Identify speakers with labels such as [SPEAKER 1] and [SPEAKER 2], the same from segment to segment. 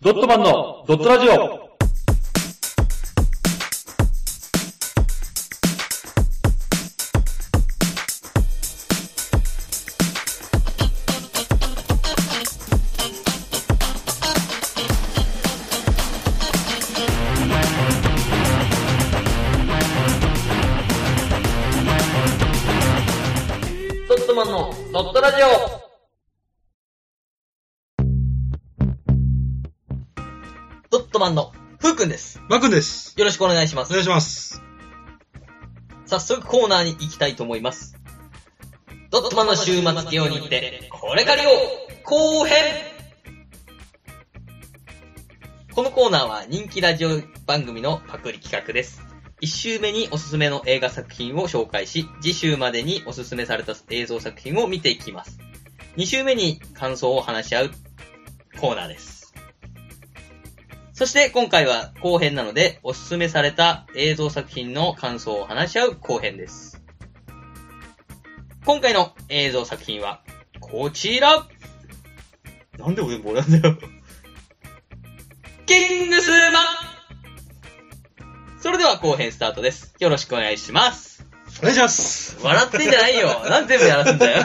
[SPEAKER 1] ドットマンのドットラジオ
[SPEAKER 2] ドットマンのドットラジオドットマンのふうくんです。
[SPEAKER 3] マックンです。
[SPEAKER 2] よろしくお願いしま
[SPEAKER 3] お
[SPEAKER 2] す
[SPEAKER 3] 願。いします。
[SPEAKER 2] 早速コーナーに行きたいと思います。ドットマンの週末ゲオに行って、これ借りよう後編このコーナーは人気ラジオ番組のパクリ企画です。1週目におすすめの映画作品を紹介し、次週までにおすすめされた映像作品を見ていきます。2週目に感想を話し合うコーナーです。そして今回は後編なので、おすすめされた映像作品の感想を話し合う後編です。今回の映像作品は、こちらなんで俺もなんだよ。キングスマンそれでは後編スタートです。よろしくお願いします。
[SPEAKER 3] お願いします。
[SPEAKER 2] 笑ってんじゃないよ。なんで全部やらすんだよ。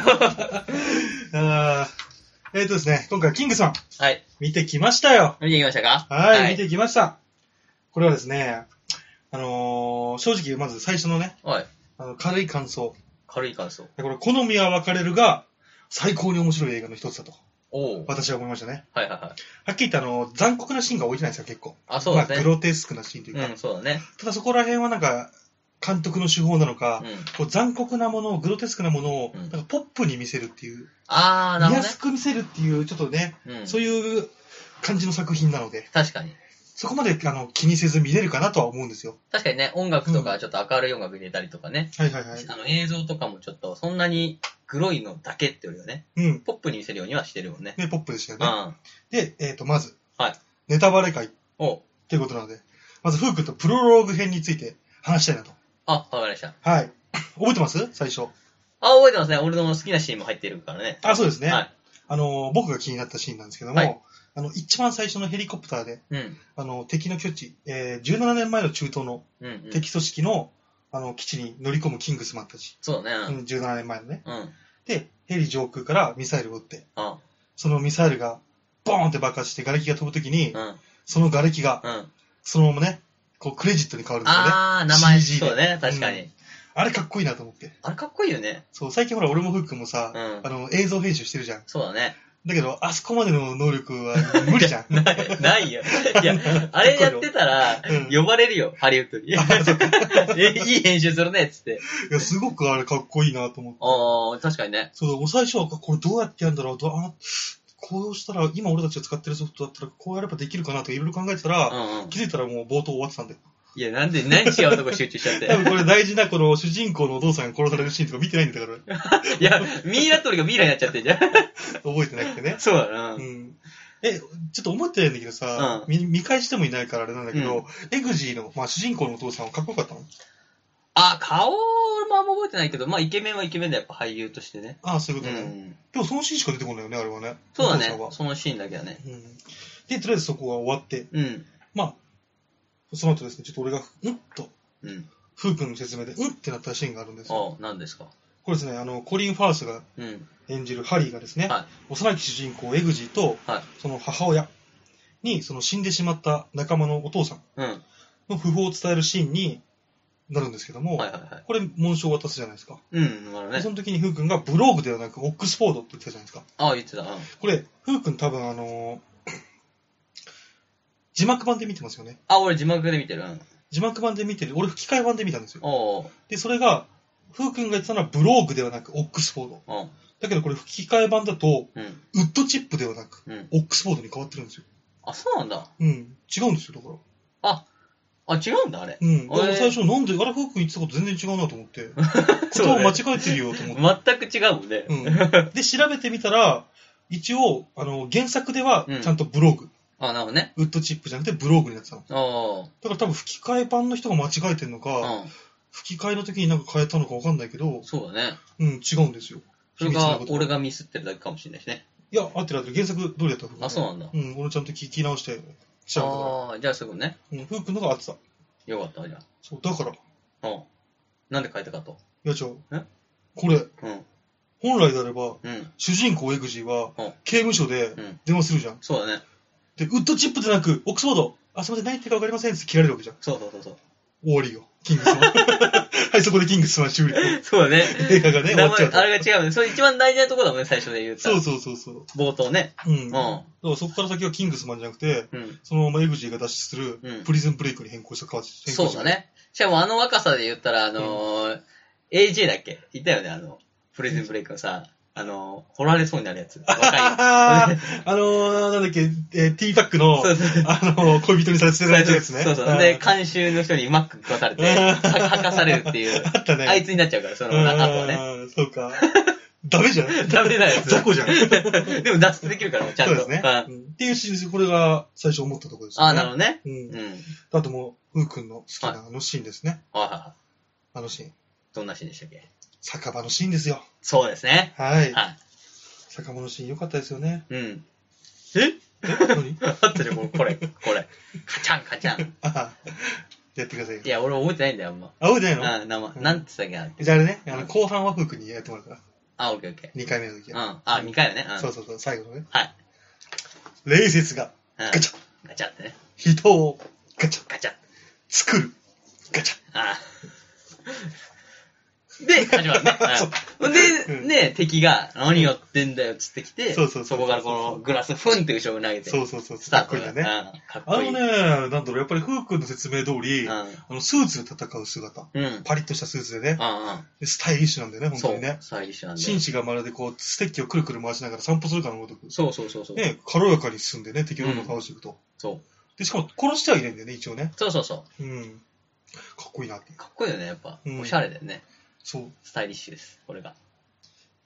[SPEAKER 3] あーえっ、とですね、今回、キングさん、
[SPEAKER 2] はい。
[SPEAKER 3] 見てきましたよ。
[SPEAKER 2] 見てきましたか
[SPEAKER 3] はい、見てきました。これはですね、あのー正直、まず最初のね、
[SPEAKER 2] はい。
[SPEAKER 3] あの軽い感想。
[SPEAKER 2] 軽い感想。
[SPEAKER 3] これ、好みは分かれるが、最高に面白い映画の一つだと、
[SPEAKER 2] おお。はい
[SPEAKER 3] 私は思いましたね。
[SPEAKER 2] はいはい。
[SPEAKER 3] はっきり言って、あのー残酷なシーンが多いじゃないですか、結構。
[SPEAKER 2] あ、そうだ
[SPEAKER 3] まあ、
[SPEAKER 2] ね
[SPEAKER 3] グ。ロテスクなシーンというか。
[SPEAKER 2] うん、そうだね。
[SPEAKER 3] ただ、そこら辺はなんか、監督の手法なのか、
[SPEAKER 2] うん。
[SPEAKER 3] こう残酷なものを、グロテスクなものを、
[SPEAKER 2] うん
[SPEAKER 3] なんかポップに見せるっていう。
[SPEAKER 2] あー、な
[SPEAKER 3] 見
[SPEAKER 2] る
[SPEAKER 3] や
[SPEAKER 2] ほどね
[SPEAKER 3] すく見せるっていう、ちょっとね、。
[SPEAKER 2] うん。
[SPEAKER 3] そういう感じの作品なので、
[SPEAKER 2] 確かに。
[SPEAKER 3] そこまであの気にせず見れるかなとは思うんですよ。
[SPEAKER 2] 確かにね、音楽とかちょっと明るい音楽入れたりとかね。
[SPEAKER 3] はいはいはい。
[SPEAKER 2] あの映像とかもちょっとそんなにグロいのだけってよりはね、
[SPEAKER 3] うん。
[SPEAKER 2] ポップに見せるようにはしてるもんね。
[SPEAKER 3] ね、ポップでしたよ
[SPEAKER 2] う
[SPEAKER 3] ね。
[SPEAKER 2] ん。
[SPEAKER 3] で、えっ、と、まず、
[SPEAKER 2] はい
[SPEAKER 3] ネタバレ会っ
[SPEAKER 2] お
[SPEAKER 3] ていうことなので、まず、フー君とプロローグ編について話したいなと。
[SPEAKER 2] あ、わかりました。
[SPEAKER 3] はい。覚えてます最初。
[SPEAKER 2] あ、覚えてますね。俺の好きなシーンも入ってるからね。
[SPEAKER 3] あ、そうですね。
[SPEAKER 2] はい。
[SPEAKER 3] あの、僕が気になったシーンなんですけども、
[SPEAKER 2] はい
[SPEAKER 3] あの、一番最初のヘリコプターで、
[SPEAKER 2] うん。
[SPEAKER 3] あの、敵の拠地、えー、17年前の中東の
[SPEAKER 2] うん、うん。
[SPEAKER 3] 敵組織の、あの、基地に乗り込むキングスマンたち。
[SPEAKER 2] そうだ
[SPEAKER 3] う
[SPEAKER 2] ね。
[SPEAKER 3] ん、17年前のね。
[SPEAKER 2] うん。うん。
[SPEAKER 3] で、ヘリ上空からミサイルを撃って、
[SPEAKER 2] あ、
[SPEAKER 3] そのミサイルが、ボーンって爆発して、瓦礫が飛ぶときに
[SPEAKER 2] う、ん。うん。
[SPEAKER 3] その瓦礫が、そのままね、こう、クレジットに変わるんですよね。あ
[SPEAKER 2] あー、名前、
[SPEAKER 3] CG で
[SPEAKER 2] そうだね。確かに。
[SPEAKER 3] うれかっこいいなと思って。
[SPEAKER 2] あれかっこいいよね。
[SPEAKER 3] そう、最近ほら、俺もフックもさ、
[SPEAKER 2] うん
[SPEAKER 3] あの、映像編集してるじゃん。
[SPEAKER 2] そうだ ね。
[SPEAKER 3] だけど、あそこまでの能力は無理じゃ ん。
[SPEAKER 2] ないないよ。いや、あれやってたら
[SPEAKER 3] うん、
[SPEAKER 2] 呼ばれるよ、ハリウッ ドに。えいい編集するね、っつって。
[SPEAKER 3] いや、すごくあれかっこいいなと思って。
[SPEAKER 2] ああ、確かにね。
[SPEAKER 3] そう、もう最初は、これどうやってやるんだろう、どうあこうしたら、今俺たちが使ってるソフトだったら、こうやればできるかなとか、いろいろ考えてた
[SPEAKER 2] う
[SPEAKER 3] ら、
[SPEAKER 2] んうん。
[SPEAKER 3] 気づいたらもう冒頭終わってたんだよ。
[SPEAKER 2] いや、なんで、何違うとこ集中しちゃって
[SPEAKER 3] 多。分これ大事なこの主人公のお父さんが殺されるシーンとか見てないんだから、
[SPEAKER 2] いや、ミイラ取りがミイラになっちゃってんじゃん。
[SPEAKER 3] 覚えてなくてね。
[SPEAKER 2] そうだな
[SPEAKER 3] う。ん。え、ちょっと思ってないんだけどさ、
[SPEAKER 2] う
[SPEAKER 3] 見見返してもいないからあれなんだけど、
[SPEAKER 2] う
[SPEAKER 3] エグジーの、まあ、主人公のお父さんはかっこよかったの
[SPEAKER 2] あ、顔もあんま覚えてないけど、まあ、イケメンはイケメンだよ、やっぱ俳優としてね。
[SPEAKER 3] ああ、そういう
[SPEAKER 2] う
[SPEAKER 3] ことね。
[SPEAKER 2] ん。
[SPEAKER 3] でもそのシーンしか出てこないよね、あれはね。
[SPEAKER 2] そうだ
[SPEAKER 3] お
[SPEAKER 2] ね
[SPEAKER 3] 父。さ
[SPEAKER 2] そのシーンだけだね。
[SPEAKER 3] んは。うん。で、とりあえずそこは終わって、
[SPEAKER 2] うん。
[SPEAKER 3] まあ、その後ですね、ちょっと俺が、うんと、
[SPEAKER 2] うん。
[SPEAKER 3] ふうくんの説明で、うんってなったシーンがあるんですよ。
[SPEAKER 2] ああ、なんですか。
[SPEAKER 3] これですね、あの、コリン・ファースが
[SPEAKER 2] うん。
[SPEAKER 3] 演じるハリーがですね、
[SPEAKER 2] は
[SPEAKER 3] 幼き主人公エグジーと、
[SPEAKER 2] はい
[SPEAKER 3] その母親にその死んでしまった仲間のお父さん
[SPEAKER 2] うん。はい
[SPEAKER 3] の訃報を伝えるシーンになるんですけども、
[SPEAKER 2] はいはい。
[SPEAKER 3] これ紋章を渡すじゃないですか、
[SPEAKER 2] うん、なるほどね
[SPEAKER 3] そ。の時にフー君がブローグではなくオックスフォードって言ってたじゃないですか
[SPEAKER 2] ああ、言ってた。うん。
[SPEAKER 3] これフー君多分あのー 字幕版で見てますよね
[SPEAKER 2] あ、俺字幕で見てる。うん。
[SPEAKER 3] 字幕版で見てる俺吹き替え版で見たんですよ
[SPEAKER 2] おう
[SPEAKER 3] でそれがフー君が言ってたのはブローグではなくオックスフォード
[SPEAKER 2] おう。
[SPEAKER 3] だけどこれ吹き替え版だと
[SPEAKER 2] うん。
[SPEAKER 3] ウッドチップではなく
[SPEAKER 2] うん。うん。
[SPEAKER 3] オックスフォードに変わってるんですよ
[SPEAKER 2] あ、そうなんだ。
[SPEAKER 3] うん違うんですよだから
[SPEAKER 2] あ、違うんだ、あれ。
[SPEAKER 3] うん、だから
[SPEAKER 2] えー
[SPEAKER 3] 最初なんで、あれ、ふうくん言ってたこと全然違うなと 思って、ことを間違えてるよと思って。
[SPEAKER 2] 全く違うもんね。
[SPEAKER 3] うん、で、調べてみたら、一応、あの、原作では
[SPEAKER 2] うん、
[SPEAKER 3] ちゃんとブログ、
[SPEAKER 2] あ、なるほどね。
[SPEAKER 3] ウッドチップじゃなくてブログになってたの。
[SPEAKER 2] おう
[SPEAKER 3] だから多分吹き替え版の人が間違えてるのか、
[SPEAKER 2] う
[SPEAKER 3] 吹き替えの時になんか変えたのかわかんないけど
[SPEAKER 2] ん。、そうだね。
[SPEAKER 3] うん、違うんですよ。
[SPEAKER 2] それ
[SPEAKER 3] 秘密の
[SPEAKER 2] が
[SPEAKER 3] こ、と
[SPEAKER 2] 俺がミスってるだけかもしれないしね。
[SPEAKER 3] いや、合ってる合ってる。原作通りだった、フー君。
[SPEAKER 2] あ、そうなんだ。
[SPEAKER 3] うん、俺ちゃんと聞き直して、調べたか
[SPEAKER 2] ああ、じゃあすぐね。
[SPEAKER 3] ら。うん、フー君のが合ってた。
[SPEAKER 2] よかった、じゃ
[SPEAKER 3] そう、だから、い
[SPEAKER 2] あ。うん。なんで変えたかと。
[SPEAKER 3] や、じゃあ
[SPEAKER 2] え
[SPEAKER 3] これ、
[SPEAKER 2] うん。
[SPEAKER 3] 本来であれば、
[SPEAKER 2] うん。
[SPEAKER 3] 主人公エグジーは
[SPEAKER 2] うん、
[SPEAKER 3] 刑務所で
[SPEAKER 2] うん
[SPEAKER 3] 電話するじゃん。
[SPEAKER 2] そうだね。
[SPEAKER 3] で、ウッドチップでなく、オックスフォード、あ、すいません、何言ってるか分かりませんって切られるわけじゃん。
[SPEAKER 2] そうそうそうそう。
[SPEAKER 3] 終わりよ。キングスマン。はい、そこでキングスマン終了。
[SPEAKER 2] そうだね。
[SPEAKER 3] 映画がね、終
[SPEAKER 2] 名
[SPEAKER 3] わっちゃ
[SPEAKER 2] 前
[SPEAKER 3] うと
[SPEAKER 2] あ。れが違うね。それ一番大事なとこだもんね、最初で言うた
[SPEAKER 3] そ
[SPEAKER 2] ら
[SPEAKER 3] うそうそうそう。
[SPEAKER 2] 冒頭ね。
[SPEAKER 3] うん。
[SPEAKER 2] うん。
[SPEAKER 3] だからそこから先はキングスマンじゃなくて、
[SPEAKER 2] うん。
[SPEAKER 3] そのままエグジーが脱出する
[SPEAKER 2] うん
[SPEAKER 3] プリズンブレイクに変更した感じ。変更
[SPEAKER 2] そう
[SPEAKER 3] した
[SPEAKER 2] だ。ね。しかもあの若さで言ったら、あのー、AJ だっけいたよね、あの、プレゼンブレイクのさ、あのー、掘られそうになるやつ。若い。
[SPEAKER 3] ああ、あのー、なんだっけ、えー、ティーパックの、
[SPEAKER 2] そうそう。
[SPEAKER 3] あのー、恋人にされてたやつですね。
[SPEAKER 2] そうそう。で、監修の人にマック食わされて、は吐かされるっていう。
[SPEAKER 3] あったね。
[SPEAKER 2] あいつになっちゃうから、その後はね。
[SPEAKER 3] うんそうか。ダメじ ゃん。
[SPEAKER 2] ダメなや つ。
[SPEAKER 3] 雑魚じゃん。
[SPEAKER 2] でも脱出できるから、ちゃん
[SPEAKER 3] そう
[SPEAKER 2] と。
[SPEAKER 3] ですね。
[SPEAKER 2] あ
[SPEAKER 3] うんっていうシリーズ、これが最初思ったところですよね。
[SPEAKER 2] あ、なるほどね。
[SPEAKER 3] うん
[SPEAKER 2] う。ん。はい
[SPEAKER 3] あともう、ふうくんの好きなあのシーンですね。
[SPEAKER 2] はいはい。
[SPEAKER 3] あのシーン。
[SPEAKER 2] どんなシーンでしたっけ
[SPEAKER 3] 酒場のシーンですよ。
[SPEAKER 2] そうですね。
[SPEAKER 3] はい。
[SPEAKER 2] は
[SPEAKER 3] 酒場のシーン良かったですよね。
[SPEAKER 2] い。うん。え
[SPEAKER 3] え何
[SPEAKER 2] あったじゃん、もうこれ、これ。カチャン、カチャン。
[SPEAKER 3] あやってくださいよ
[SPEAKER 2] い。や、俺覚えてないんだよ、あんま。
[SPEAKER 3] あ、覚えてない
[SPEAKER 2] あ、名前
[SPEAKER 3] う。ん
[SPEAKER 2] なんつったっけな
[SPEAKER 3] のじゃああれね、あの後半はふうくんにやってもらうから。
[SPEAKER 2] あ、オッケーオッケ
[SPEAKER 3] 2回目の時
[SPEAKER 2] ー。うん。
[SPEAKER 3] は。
[SPEAKER 2] あ、2回よね。うん。
[SPEAKER 3] そうそうそう、最後のね。
[SPEAKER 2] はい。
[SPEAKER 3] 礼節が
[SPEAKER 2] うん
[SPEAKER 3] ガチャ。
[SPEAKER 2] ガチャってね。
[SPEAKER 3] 人をガチャ。
[SPEAKER 2] ガチャ。
[SPEAKER 3] 作る。ガチャ。
[SPEAKER 2] ああ。で、始ま るね。うん
[SPEAKER 3] う
[SPEAKER 2] で、
[SPEAKER 3] ん
[SPEAKER 2] ね、敵が、何やってんだよ、つってきて、
[SPEAKER 3] そうそうそう
[SPEAKER 2] こからこのグラス、フンって後ろに投げて、
[SPEAKER 3] そうそうそう。
[SPEAKER 2] スタ
[SPEAKER 3] かっ
[SPEAKER 2] ー
[SPEAKER 3] こ
[SPEAKER 2] ト
[SPEAKER 3] いいよ
[SPEAKER 2] だ
[SPEAKER 3] ね。
[SPEAKER 2] ね。うんかっ
[SPEAKER 3] あ
[SPEAKER 2] こいい。
[SPEAKER 3] のね、なんだろう、やっぱりふうくんの説明通り、あ
[SPEAKER 2] う
[SPEAKER 3] の、スーツで戦う姿。
[SPEAKER 2] ん。うん。
[SPEAKER 3] パリッとしたスーツでね、
[SPEAKER 2] う
[SPEAKER 3] でスタイリッシュなんだよね、
[SPEAKER 2] ん。
[SPEAKER 3] 本
[SPEAKER 2] そ
[SPEAKER 3] 当
[SPEAKER 2] う
[SPEAKER 3] にね。。
[SPEAKER 2] 最初なんで。
[SPEAKER 3] 紳士がまるでこう、ステッキをくるくる回しながら散歩するかのごとく、
[SPEAKER 2] そうそうそうそう。
[SPEAKER 3] ね、軽やかに進んでね、敵をどんどん倒していくと。
[SPEAKER 2] そう。
[SPEAKER 3] で、しかも殺してはいないんだよね、一応ね。
[SPEAKER 2] そうそうそ
[SPEAKER 3] うん。かっこいいなっていう
[SPEAKER 2] う。。かっこいいよね、やっぱ
[SPEAKER 3] う。ん
[SPEAKER 2] おしゃれだよね。
[SPEAKER 3] そう。
[SPEAKER 2] スタイリッシュです、これが。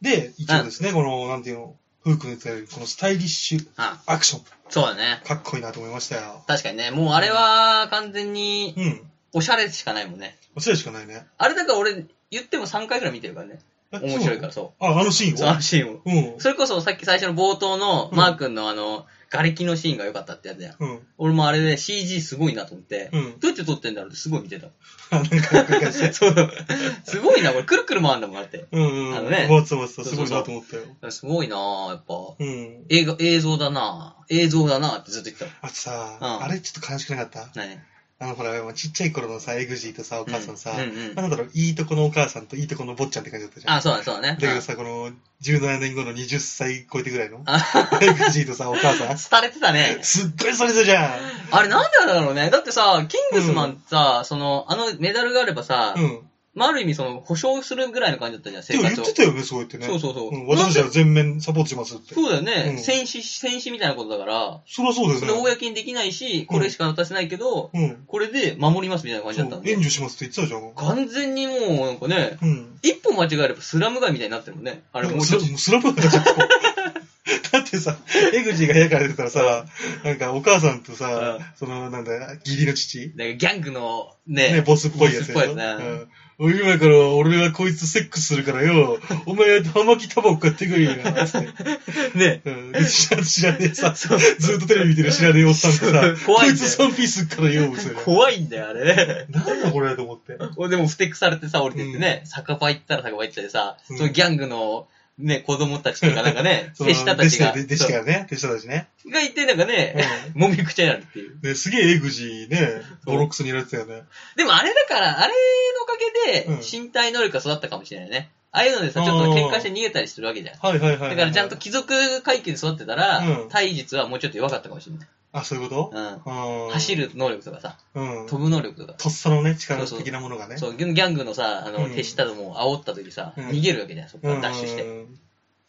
[SPEAKER 3] で、一応ですね、この、なんていうの、フークの言ってたようにこのスタイリッシュ
[SPEAKER 2] うん。
[SPEAKER 3] アクション、
[SPEAKER 2] そうだね。
[SPEAKER 3] かっこいいなと思いましたよ。
[SPEAKER 2] 確かにね、もうあれは完全に
[SPEAKER 3] うん。
[SPEAKER 2] おしゃれしかないもんね。
[SPEAKER 3] おしゃれしかないね。
[SPEAKER 2] あれだから俺言っても3回くらい見てるからね。
[SPEAKER 3] え
[SPEAKER 2] 面白いから、
[SPEAKER 3] そ
[SPEAKER 2] そう
[SPEAKER 3] なのあ、あのシ
[SPEAKER 2] う。
[SPEAKER 3] ー
[SPEAKER 2] そ
[SPEAKER 3] ン
[SPEAKER 2] の
[SPEAKER 3] を。
[SPEAKER 2] シーンを。
[SPEAKER 3] うん。
[SPEAKER 2] それこそさっき最初の冒頭の
[SPEAKER 3] うん
[SPEAKER 2] マー君のあの、瓦礫のシーンが良かったってやつやん。
[SPEAKER 3] うん。
[SPEAKER 2] 俺もあれで CG すごいなと思って、
[SPEAKER 3] うん。
[SPEAKER 2] どうやって撮ってんだろうってすごい見て た。
[SPEAKER 3] あなんか、なんかして。
[SPEAKER 2] そう。 すごいな、これくるくる回るんだもん、あれって。
[SPEAKER 3] うんう ん。
[SPEAKER 2] あのね
[SPEAKER 3] わっつわっつ
[SPEAKER 2] そう
[SPEAKER 3] す
[SPEAKER 2] そ
[SPEAKER 3] ご
[SPEAKER 2] うそう
[SPEAKER 3] いなと思ったよ。
[SPEAKER 2] すごいなやっぱ。
[SPEAKER 3] うん。
[SPEAKER 2] 映画、映像だな映像だなってずっと言って
[SPEAKER 3] あとさ、
[SPEAKER 2] うん
[SPEAKER 3] あれちょっと悲しくなかった
[SPEAKER 2] た。何
[SPEAKER 3] あの、ほら、ちっちゃい頃のさ、エグジーとさ、お母さんさ、
[SPEAKER 2] うんうんうん
[SPEAKER 3] まあなんだろう、いいとこのお母さんといいとこの坊ちゃんって感じだったじゃん。
[SPEAKER 2] あ、そうだ、そうだね
[SPEAKER 3] だ。けどさ、この、17年後の20歳超えてぐらい の、
[SPEAKER 2] あ
[SPEAKER 3] エグジーとさ、お母さん、
[SPEAKER 2] 廃れてたね。
[SPEAKER 3] すっごいそれぞれじゃん。
[SPEAKER 2] あれなんでだろうね。だってさ、キングスマンさ、その、あのメダルがあればさ、
[SPEAKER 3] うん。
[SPEAKER 2] まあ、ある意味その、保証するぐらいの感じだったじゃん、
[SPEAKER 3] で
[SPEAKER 2] 生
[SPEAKER 3] も言っ
[SPEAKER 2] 活を。
[SPEAKER 3] てたよね、そうやってね。
[SPEAKER 2] そうそうそう。
[SPEAKER 3] うん、私たち
[SPEAKER 2] なん
[SPEAKER 3] は全面サポートしますって
[SPEAKER 2] で。そうだよね、
[SPEAKER 3] うん
[SPEAKER 2] 戦死、戦死みたいなことだから、
[SPEAKER 3] そりゃそうです
[SPEAKER 2] そ
[SPEAKER 3] ね
[SPEAKER 2] れ。公にできないし、これしか渡せないけど、
[SPEAKER 3] うん。
[SPEAKER 2] これで守りますみたいな感じ
[SPEAKER 3] そ
[SPEAKER 2] だ
[SPEAKER 3] う
[SPEAKER 2] ったん、で
[SPEAKER 3] 援。助しますって言ってたじゃん。
[SPEAKER 2] 完全にもう、なんかね、
[SPEAKER 3] うん。
[SPEAKER 2] 一歩間違えればスラム街みたいになってるもんね。あ
[SPEAKER 3] あ
[SPEAKER 2] れ
[SPEAKER 3] れ
[SPEAKER 2] も
[SPEAKER 3] も
[SPEAKER 2] う
[SPEAKER 3] う
[SPEAKER 2] ち
[SPEAKER 3] ス
[SPEAKER 2] ょ
[SPEAKER 3] ラ
[SPEAKER 2] っと。
[SPEAKER 3] スラム街だった だってさ、エグジーが部屋から出てたらさ、なんかお母さんとさ、その、なんだ、義理の父
[SPEAKER 2] なんかギャングのね、
[SPEAKER 3] ね、ボスっぽいやつ
[SPEAKER 2] ボ
[SPEAKER 3] や
[SPEAKER 2] スっぽ
[SPEAKER 3] ろ
[SPEAKER 2] いやつね
[SPEAKER 3] うんおい今から俺がこいつセックスするからよ、お前葉巻タバコ買ってくれよ、つって。
[SPEAKER 2] ね。
[SPEAKER 3] うんで知ら知らねえさ、
[SPEAKER 2] そう
[SPEAKER 3] ずっとテレビ見てる知らねえおっさんとさ、
[SPEAKER 2] 怖
[SPEAKER 3] こ
[SPEAKER 2] い
[SPEAKER 3] い
[SPEAKER 2] んだよ
[SPEAKER 3] つサンピースからよ、みたい
[SPEAKER 2] 怖いんだよ、あれね。
[SPEAKER 3] な。なんだこれと 思って。
[SPEAKER 2] 俺でもふてくされてさ、降りてってね、酒場行ったら酒場行ったでさ、
[SPEAKER 3] うん
[SPEAKER 2] そのギャングの、ね、子供たちとかなんか ね、
[SPEAKER 3] その
[SPEAKER 2] 手下たちが、
[SPEAKER 3] 弟子だよね。弟子たちね。
[SPEAKER 2] そうがいてなんかね、もみくちゃになるっていう。
[SPEAKER 3] ね、すげえエグジーね、
[SPEAKER 2] そう
[SPEAKER 3] ボロックスにやられてたよね。
[SPEAKER 2] でもあれだから、あれのお
[SPEAKER 3] う
[SPEAKER 2] か
[SPEAKER 3] ん
[SPEAKER 2] げで身体能力が育ったかもしれないね。ああいうのでさ、ちょっと喧嘩して逃げたりするわけじゃん。
[SPEAKER 3] はいはいはいはい。
[SPEAKER 2] だからちゃんと貴族階級で育ってたら、
[SPEAKER 3] うん
[SPEAKER 2] 体術はもうちょっと弱かったかもしれない。
[SPEAKER 3] あ、そういうこと
[SPEAKER 2] うん。
[SPEAKER 3] うん
[SPEAKER 2] 走。る能力とかさ、
[SPEAKER 3] うん。
[SPEAKER 2] 飛ぶ能力とか。
[SPEAKER 3] とっさのね、力的なものがね。
[SPEAKER 2] そう、ギャングのさ、あの、
[SPEAKER 3] うん
[SPEAKER 2] 手下どもを煽った時さ、
[SPEAKER 3] うん
[SPEAKER 2] 逃げるわけじゃん、そこか
[SPEAKER 3] うん
[SPEAKER 2] らダッシュして。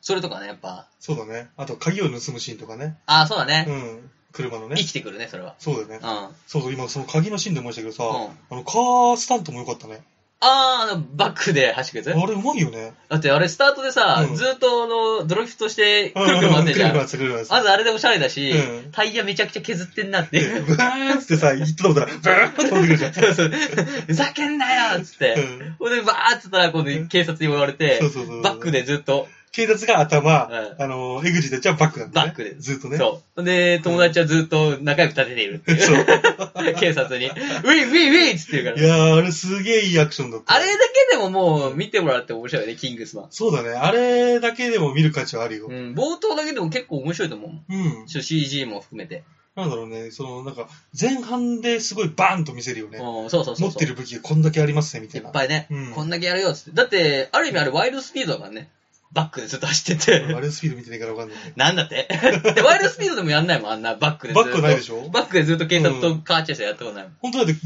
[SPEAKER 2] それとかね、やっぱ、
[SPEAKER 3] そうだね。あと、鍵を盗むシーンとかね。
[SPEAKER 2] ああ、そうだね。
[SPEAKER 3] うん。車のね
[SPEAKER 2] 生。きてくるね、それは。
[SPEAKER 3] そうだよね
[SPEAKER 2] うん。。あ
[SPEAKER 3] そうそう、今、その鍵のシーンで思いましたけどさ、
[SPEAKER 2] うん
[SPEAKER 3] あの、カースタントも良かったね。
[SPEAKER 2] あー、あの、バックで走る
[SPEAKER 3] あ
[SPEAKER 2] やつ
[SPEAKER 3] れ、うまいよね。
[SPEAKER 2] だってあれ、スタートでさ、
[SPEAKER 3] うん
[SPEAKER 2] ずーっとあの、ドロフトして、く
[SPEAKER 3] うん
[SPEAKER 2] るくる回ってるじゃん。
[SPEAKER 3] くる
[SPEAKER 2] ま
[SPEAKER 3] くる回ってるくるくる回っ
[SPEAKER 2] ずあれでおしゃれだし、
[SPEAKER 3] うん
[SPEAKER 2] タイヤめちゃくちゃ削ってんなって
[SPEAKER 3] て
[SPEAKER 2] いう。
[SPEAKER 3] るブーンってさ、言ってたことら、ブーンって飛んでくるじゃん。
[SPEAKER 2] そうそう。ふざけんなよっつって。
[SPEAKER 3] うん
[SPEAKER 2] ほんで、バーっつったら、今度警察に追われて
[SPEAKER 3] そう、そうそう。
[SPEAKER 2] バックでずっと、
[SPEAKER 3] 警察が頭、
[SPEAKER 2] う
[SPEAKER 3] あの、エグジたちはバックなんだね。
[SPEAKER 2] バックで
[SPEAKER 3] ずっとね。
[SPEAKER 2] そう。で、友達はずっと仲良く立てているっていう。
[SPEAKER 3] そう
[SPEAKER 2] 警察に、ウィーウィーウィーっつって言うか
[SPEAKER 3] い
[SPEAKER 2] ら。
[SPEAKER 3] やー、あれすげえいいアクションだった。
[SPEAKER 2] あれだけでももう見てもらって面白いよね、キングスマン。
[SPEAKER 3] そうだね。あれだけでも見る価値はあるよ
[SPEAKER 2] う。ん、冒頭だけでも結構面白いと思う。
[SPEAKER 3] うん。
[SPEAKER 2] ちょ CG も含めて。
[SPEAKER 3] なんだろうね。その、なんか、前半ですごいバーンと見せるよね。
[SPEAKER 2] うん、そうそうそうそう。
[SPEAKER 3] 持ってる武器がこんだけありますね、みた
[SPEAKER 2] い
[SPEAKER 3] いな。
[SPEAKER 2] っぱいね、
[SPEAKER 3] うん
[SPEAKER 2] こんだけやるよっつって。だって、ある意味あれワイルドスピードだからね。バックでずっと走 ってて。
[SPEAKER 3] あれスピード見てないからわかんないね。
[SPEAKER 2] なんだって でワイルドスピードでもやんないもん、あんなバックでず
[SPEAKER 3] バ
[SPEAKER 2] っと。
[SPEAKER 3] ックないでしょ
[SPEAKER 2] バックでずっと警察とカーチェイスやったことないもん。
[SPEAKER 3] 本当だって、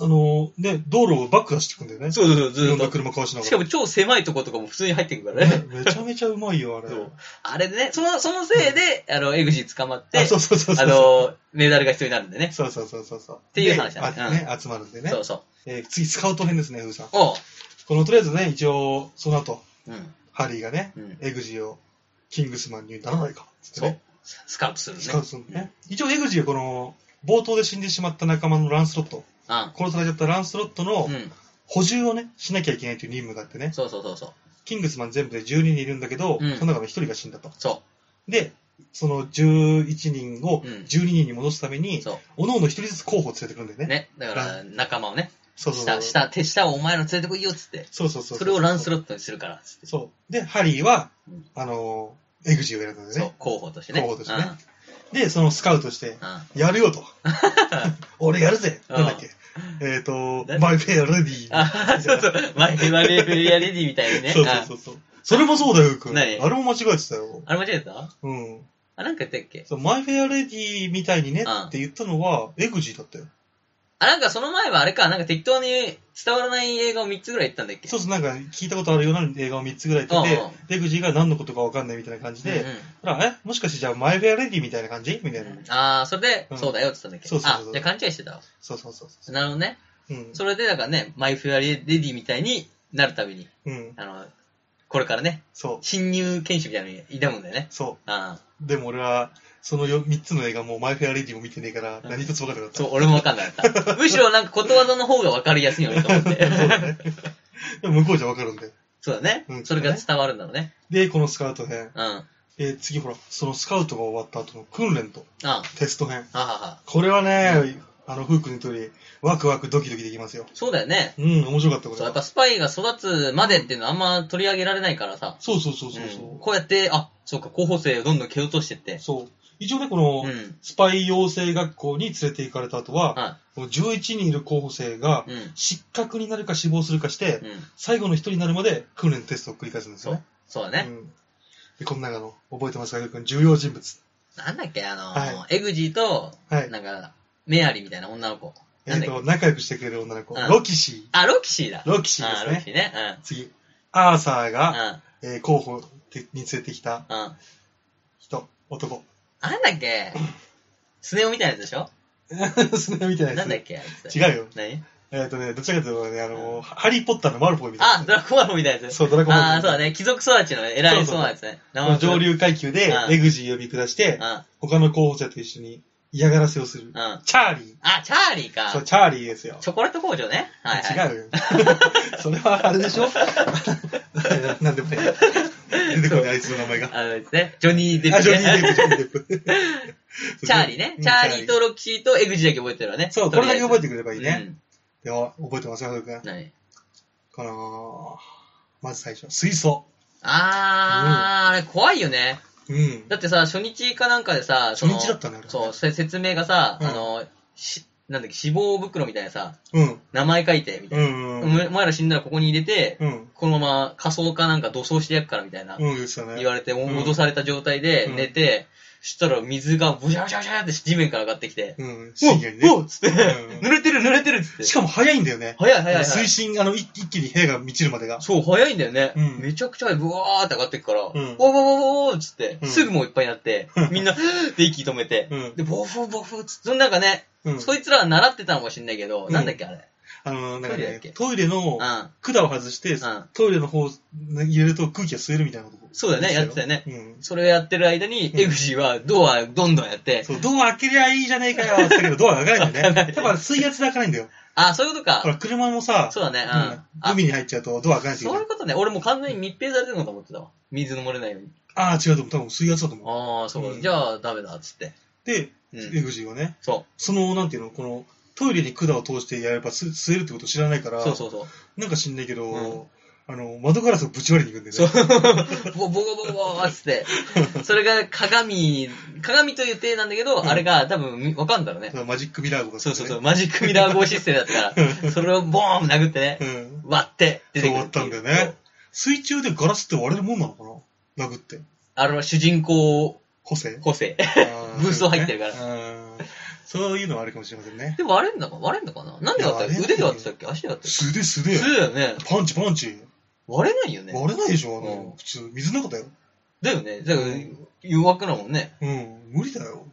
[SPEAKER 3] あのね、道路をバック出していくんだよね。
[SPEAKER 2] そうそうそう、
[SPEAKER 3] いろ
[SPEAKER 2] ず
[SPEAKER 3] んな
[SPEAKER 2] っと。
[SPEAKER 3] 車かわしながら。
[SPEAKER 2] しかも超狭いとことかも普通に入ってくからね。
[SPEAKER 3] ねめちゃめちゃうまいよ、あれ。
[SPEAKER 2] そうあれでね、その、そのせいで、あの、エグジ捕まって、
[SPEAKER 3] あそうそうそうそう。
[SPEAKER 2] あの、メダルが必要になるんでね。
[SPEAKER 3] そうそうそうそうそう。って
[SPEAKER 2] いう話だね
[SPEAKER 3] ね。集まるんでね
[SPEAKER 2] そ。うそう。
[SPEAKER 3] えー次、スカウト編ですね、ふーさん。
[SPEAKER 2] おう。
[SPEAKER 3] この、とりあえずね、一応、その後、
[SPEAKER 2] うん。
[SPEAKER 3] ハリーがね、
[SPEAKER 2] うん。
[SPEAKER 3] エグジをキングスマンにならないか、つって
[SPEAKER 2] そう
[SPEAKER 3] ね。。
[SPEAKER 2] スカウトするね。
[SPEAKER 3] スカウトするのね。一応、エグジはこの、冒頭で死んでしまった仲間のランスロット、
[SPEAKER 2] う
[SPEAKER 3] 殺されちゃったランスロットの
[SPEAKER 2] ん。うん。
[SPEAKER 3] 補充をね、しなきゃいけないという任務があってね、
[SPEAKER 2] そうそうそうそう。
[SPEAKER 3] キングスマン全部で12人いるんだけど、
[SPEAKER 2] うん
[SPEAKER 3] その中の1人が死んだと。
[SPEAKER 2] そ
[SPEAKER 3] で、その11人を
[SPEAKER 2] うん
[SPEAKER 3] 12人に戻すため
[SPEAKER 2] う。
[SPEAKER 3] に、
[SPEAKER 2] そ
[SPEAKER 3] 各々1人ずつ候補を連れてくるんだよ
[SPEAKER 2] う。
[SPEAKER 3] ね。
[SPEAKER 2] ね。だから、仲間をね、
[SPEAKER 3] そうそうそ
[SPEAKER 2] 下、下、
[SPEAKER 3] う。
[SPEAKER 2] 手下をお前ら連れてこいよ、つって。
[SPEAKER 3] そうそうそう。
[SPEAKER 2] それをランス
[SPEAKER 3] ロ
[SPEAKER 2] ロットにするから、つって。
[SPEAKER 3] そう。で、ハリーは
[SPEAKER 2] うん、
[SPEAKER 3] あのー、エグジーを選んだんだ
[SPEAKER 2] そ
[SPEAKER 3] よ
[SPEAKER 2] う
[SPEAKER 3] ね。、
[SPEAKER 2] 候補としてね。
[SPEAKER 3] 候補としてねで、そのスカウトし
[SPEAKER 2] う
[SPEAKER 3] て、
[SPEAKER 2] ん。うん。
[SPEAKER 3] やるよ と。俺やるぜ
[SPEAKER 2] うん
[SPEAKER 3] なんだっけえっと
[SPEAKER 2] だ、
[SPEAKER 3] マイフェアレディー。
[SPEAKER 2] あ、そうそう。マイマイフェリアレディみたいにね。
[SPEAKER 3] そうそうそうそう。それもそうだよ、ゆうくん。あ
[SPEAKER 2] 何
[SPEAKER 3] れも間違えてたよ
[SPEAKER 2] うん。あれ間違えてた
[SPEAKER 3] うん。
[SPEAKER 2] あ、なんか言ったっけ
[SPEAKER 3] そう、マイフェアレディーみたいにね
[SPEAKER 2] うん
[SPEAKER 3] って言ったのは、エグジーだったよ。
[SPEAKER 2] あ、なんかその前はあれか、なんか適当に伝わらない映画を3つぐらい言ったんだっけ
[SPEAKER 3] そう
[SPEAKER 2] う
[SPEAKER 3] そう、なんか聞いたことあるような映画を3つぐらい言って
[SPEAKER 2] うんうん
[SPEAKER 3] て、エグジーが何のことかわかんないみたいな感じ
[SPEAKER 2] ん
[SPEAKER 3] で、ほら、え、もしかしてじゃあマイフェアレディーみたいな感じみたいな。
[SPEAKER 2] うん。ああ、それで、
[SPEAKER 3] うん
[SPEAKER 2] そうだよって言ったんだっけ
[SPEAKER 3] そうそうそうそう
[SPEAKER 2] あ、じゃあ勘違いしてたわ。
[SPEAKER 3] そうそうそうそ
[SPEAKER 2] なるほどね。
[SPEAKER 3] う。うん。
[SPEAKER 2] それで、だからね、マイフェアリアレディみたいになるたびに、
[SPEAKER 3] うん。
[SPEAKER 2] あの、これからね、
[SPEAKER 3] そう。
[SPEAKER 2] 新入研修みたいなのに挑むんだよね。
[SPEAKER 3] そ
[SPEAKER 2] ああ。
[SPEAKER 3] う。でも俺は、その3つの映画もマイフェアレディーも見てねえから、
[SPEAKER 2] うん
[SPEAKER 3] 何一つ分かんなかった。
[SPEAKER 2] そう、俺もわかんなか った。むしろなんかことわざの方がわかりやすいのにと思って。
[SPEAKER 3] そうだね。でも向こうじゃ分かるんで。
[SPEAKER 2] そうだね
[SPEAKER 3] う。ん
[SPEAKER 2] それが伝わるんだろうね。
[SPEAKER 3] で、このスカウト編。
[SPEAKER 2] うん。あ
[SPEAKER 3] えー次ほら、そのスカウトが終わった後の訓練と
[SPEAKER 2] あ。
[SPEAKER 3] テスト編。
[SPEAKER 2] ははは。
[SPEAKER 3] これはね、あの、フークの通り、ワクワクドキドキできますよ。
[SPEAKER 2] そうだよね。
[SPEAKER 3] うん、面白かった、こ
[SPEAKER 2] そう、や
[SPEAKER 3] れは
[SPEAKER 2] っ。ぱスパイが育つまでっていうのはあんま取り上げられないからさ。
[SPEAKER 3] そうそうそうそうそう。
[SPEAKER 2] うんこうやって、あ、そうか、候補生をどんどん蹴落としてって。
[SPEAKER 3] そう。一応ね、この、
[SPEAKER 2] うん。
[SPEAKER 3] スパイ養成学校に連れて行かれた後は、
[SPEAKER 2] は
[SPEAKER 3] この11人いる候補生が
[SPEAKER 2] い。、うん。
[SPEAKER 3] 失格になるか死亡するかして、
[SPEAKER 2] うん。
[SPEAKER 3] 最後の一人になるまで訓練テストを繰り返すんですよね。
[SPEAKER 2] そうだ
[SPEAKER 3] う
[SPEAKER 2] ね。
[SPEAKER 3] ん、でこの中の、覚えてますか、ゆうくん、重要人物。
[SPEAKER 2] なんだっけ、あのー
[SPEAKER 3] は
[SPEAKER 2] エグジーと、
[SPEAKER 3] はい。
[SPEAKER 2] なんか、メアリーみたいな女の子。
[SPEAKER 3] え
[SPEAKER 2] な
[SPEAKER 3] っ、
[SPEAKER 2] んだっけ
[SPEAKER 3] と、仲良くしてくれる女の子、
[SPEAKER 2] うん
[SPEAKER 3] ロキシ
[SPEAKER 2] あ、ロキシーだ。
[SPEAKER 3] ー。ロキシーで
[SPEAKER 2] あ
[SPEAKER 3] す
[SPEAKER 2] ーロキシ
[SPEAKER 3] ね。
[SPEAKER 2] ーね。
[SPEAKER 3] 次、アーサー
[SPEAKER 2] うん。う
[SPEAKER 3] が、
[SPEAKER 2] ん。
[SPEAKER 3] えー候補に連れてきた
[SPEAKER 2] うん。
[SPEAKER 3] 人、男。
[SPEAKER 2] なんだっけスネ夫みたいなやつでしょ
[SPEAKER 3] そんな見てない
[SPEAKER 2] なんだっ
[SPEAKER 3] で
[SPEAKER 2] けあい
[SPEAKER 3] す。
[SPEAKER 2] つ。
[SPEAKER 3] 違うよ。
[SPEAKER 2] 何
[SPEAKER 3] えっ、とね、どちらかというとね、あの、ハリー・ポッターのマルフォイみたいなや
[SPEAKER 2] あ
[SPEAKER 3] つ。、
[SPEAKER 2] ドラコマロみたいなやつ。
[SPEAKER 3] そう、ドラゴンボール
[SPEAKER 2] ああ、そうだね。貴族育ちの偉いそうなやつね。名
[SPEAKER 3] こ
[SPEAKER 2] 前
[SPEAKER 3] の上流階級で
[SPEAKER 2] うん
[SPEAKER 3] エグジーを見下して
[SPEAKER 2] うん。、う
[SPEAKER 3] 他の候補者と一緒に嫌がらせをする。
[SPEAKER 2] ん。
[SPEAKER 3] チャーリ
[SPEAKER 2] あ、チャーリー
[SPEAKER 3] ー。そう、
[SPEAKER 2] か。
[SPEAKER 3] チャーリーですよ。
[SPEAKER 2] チョコレート工場ね。はいはい。う。
[SPEAKER 3] 違うよ。それはあれでしょ なんでもね。出てこない、あいつの名前が。
[SPEAKER 2] あのですね。ジョニー・デッ
[SPEAKER 3] あ、
[SPEAKER 2] プ
[SPEAKER 3] ジョニー・
[SPEAKER 2] ね。
[SPEAKER 3] デップ、ジョニー・デップ。
[SPEAKER 2] チャーリーね
[SPEAKER 3] う。ん
[SPEAKER 2] チャーリーとロキシーとエグジーだけ覚えてるわね。
[SPEAKER 3] そう、これだけ覚え
[SPEAKER 2] て
[SPEAKER 3] てくればいいね。。では、覚えてますよ、ふうくん
[SPEAKER 2] うん。。何
[SPEAKER 3] この、まず最初、水素。
[SPEAKER 2] あー、あれ怖いよね。
[SPEAKER 3] うん。
[SPEAKER 2] だってさ、初日かなんかでさ、
[SPEAKER 3] 初
[SPEAKER 2] その
[SPEAKER 3] 日だったね、あれ
[SPEAKER 2] そう、せ説明がさ、
[SPEAKER 3] うん
[SPEAKER 2] あの、し、なんだっけ、死亡袋みたいなさ、
[SPEAKER 3] うん。
[SPEAKER 2] 名前書いて、みた
[SPEAKER 3] う
[SPEAKER 2] いな。
[SPEAKER 3] ん。
[SPEAKER 2] お
[SPEAKER 3] うん。
[SPEAKER 2] 前お前ら死んだらここに入れて、
[SPEAKER 3] うん。
[SPEAKER 2] このまま仮装かなんか土葬してやっからみたいな、
[SPEAKER 3] うん、言ってたね。
[SPEAKER 2] 言われて、お脅された状態で
[SPEAKER 3] うん
[SPEAKER 2] 寝て、そしたら水がブシャブシャブシャって地面から上がってきて、
[SPEAKER 3] うん。深夜にね。
[SPEAKER 2] おっつって、
[SPEAKER 3] うん
[SPEAKER 2] 濡れてる濡れてるっつって。
[SPEAKER 3] しかも早いんだよね。
[SPEAKER 2] 早い早い早
[SPEAKER 3] 水
[SPEAKER 2] い。
[SPEAKER 3] 深、あの、一一気に部屋が満ちるまでが。
[SPEAKER 2] そう、早いんだよね。
[SPEAKER 3] うん
[SPEAKER 2] めちゃくちゃ早いブワーって上がってくから、お
[SPEAKER 3] ん
[SPEAKER 2] おおおーっつって、
[SPEAKER 3] うん
[SPEAKER 2] すぐもういっぱいになって、みんな、 で息止めて、
[SPEAKER 3] うん
[SPEAKER 2] で、ボフボフっつって、なんかね、
[SPEAKER 3] うん。
[SPEAKER 2] そいつらは習ってたのかもしんないけど、
[SPEAKER 3] うん
[SPEAKER 2] なんだっけあれ。
[SPEAKER 3] あの、なんか
[SPEAKER 2] トイレだっ
[SPEAKER 3] ね
[SPEAKER 2] け、
[SPEAKER 3] トイレの
[SPEAKER 2] うん。
[SPEAKER 3] 管を外して
[SPEAKER 2] ん、
[SPEAKER 3] トイレの方入れると空気が吸えるみたいなこと。
[SPEAKER 2] そうだね、やってたよね。
[SPEAKER 3] うん。
[SPEAKER 2] それをやってる間に、
[SPEAKER 3] うん
[SPEAKER 2] エグジーはドアどんどんやって、
[SPEAKER 3] そう、ドア開けりゃいいじゃねえかよって言ったけど、ドアが開かないんだよ
[SPEAKER 2] 開かな
[SPEAKER 3] ね。
[SPEAKER 2] い
[SPEAKER 3] だから水圧で開かないんだよ。
[SPEAKER 2] あ、そういうこと
[SPEAKER 3] ほ
[SPEAKER 2] か。
[SPEAKER 3] ら、車もさ、
[SPEAKER 2] そうだね、うん。
[SPEAKER 3] うん
[SPEAKER 2] あ
[SPEAKER 3] 海、に入っちゃうとドア開かないといけ
[SPEAKER 2] そう
[SPEAKER 3] ない
[SPEAKER 2] いうことね。俺もう完全に密閉されてるのかと思ってたわ。水の漏れないように。
[SPEAKER 3] ああ、違うと思う。多分水圧だと思う。
[SPEAKER 2] ああ、そう
[SPEAKER 3] う
[SPEAKER 2] か。
[SPEAKER 3] ん
[SPEAKER 2] じゃあ、ダメだ、つって。
[SPEAKER 3] で、
[SPEAKER 2] うん。
[SPEAKER 3] エグジーはね、
[SPEAKER 2] そ
[SPEAKER 3] その、なんていうの、この、トイレに管を通してやればす吸えるってこと知らないから、
[SPEAKER 2] う。そうそうそう。
[SPEAKER 3] なんか知んないけど、
[SPEAKER 2] うん
[SPEAKER 3] あの、窓ガラスをぶち割りに行くんだ
[SPEAKER 2] そう
[SPEAKER 3] よね。。
[SPEAKER 2] ボボコボコボコっつって。それが鏡、鏡という体なんだけど、
[SPEAKER 3] うん
[SPEAKER 2] あれが多分わかんだろうね。
[SPEAKER 3] マジックミラー号が
[SPEAKER 2] そうそうそう。
[SPEAKER 3] う。
[SPEAKER 2] マジックミラー号システムだったから、それをボーン殴ってね、
[SPEAKER 3] うん。
[SPEAKER 2] 割って出てくるてい
[SPEAKER 3] そう割ったんだよね。水中でガラスって割れるもんなのかな殴って。
[SPEAKER 2] あれは主人公
[SPEAKER 3] 個性
[SPEAKER 2] 個性。ブ
[SPEAKER 3] ブ
[SPEAKER 2] ースト入ってるから
[SPEAKER 3] そういうのはあるかもしれませんね。
[SPEAKER 2] で、割れんだか割れんのかななんで割った
[SPEAKER 3] いや割れないよ
[SPEAKER 2] 腕で割ってたっけ足で割ってたっ
[SPEAKER 3] 素手素
[SPEAKER 2] け
[SPEAKER 3] 手
[SPEAKER 2] そ。うだよね。
[SPEAKER 3] パンチパンチ。
[SPEAKER 2] 割れないよね。
[SPEAKER 3] 割れないでしょあ
[SPEAKER 2] うん
[SPEAKER 3] の、普通。水の中だよ。
[SPEAKER 2] だよね。だから
[SPEAKER 3] うん、
[SPEAKER 2] 弱くなもんね。
[SPEAKER 3] うん。無理 だよ。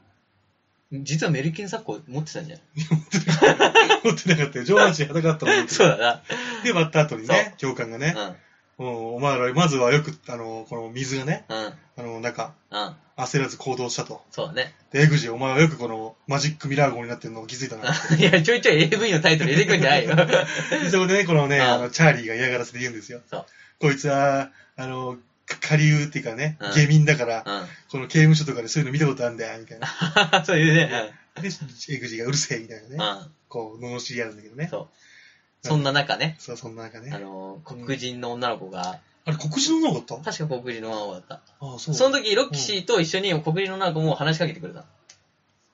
[SPEAKER 2] 実はメリケンサッカー持ってたんじゃん。
[SPEAKER 3] 持ってなかったよ。上半身裸だったもん。
[SPEAKER 2] そうだ
[SPEAKER 3] で、割った後にね、上官がね、
[SPEAKER 2] な。
[SPEAKER 3] うんお前ら、まずはよく、あの、この水がね、
[SPEAKER 2] うん。うん。
[SPEAKER 3] あの、中、
[SPEAKER 2] うん。
[SPEAKER 3] 焦らず行動したと。
[SPEAKER 2] そうだね。
[SPEAKER 3] で、エグジー、お前はよくこの、マジックミラー号になってるのを気づいたな。
[SPEAKER 2] いや、ちょいちょい AV のタイトル入れてくんじゃないよ。
[SPEAKER 3] でそこでね、このね、
[SPEAKER 2] うん
[SPEAKER 3] あの、チャーリーが嫌がらせで言うんですよ。
[SPEAKER 2] そう
[SPEAKER 3] こいつは、あの、か下流っていうかね
[SPEAKER 2] うん、
[SPEAKER 3] 下民だから、
[SPEAKER 2] う
[SPEAKER 3] この刑務所とかでそういうの見たことあるんだよ、みたいな。
[SPEAKER 2] ん。 そういうね。
[SPEAKER 3] で、エグジーがうるせえ、みたいな
[SPEAKER 2] う
[SPEAKER 3] ね
[SPEAKER 2] ん。う。ん。
[SPEAKER 3] こう、罵り合うんだけどね。
[SPEAKER 2] そう。そんな中ね、
[SPEAKER 3] そう、そんな中
[SPEAKER 2] あ
[SPEAKER 3] ね。
[SPEAKER 2] の、黒人の女の子が、
[SPEAKER 3] あれ、黒人の女の子だった
[SPEAKER 2] 確か黒人の女の子だった。
[SPEAKER 3] ああ、そう。
[SPEAKER 2] その時、ロッキシーと一緒に黒人の女の子も話しかけてくれた。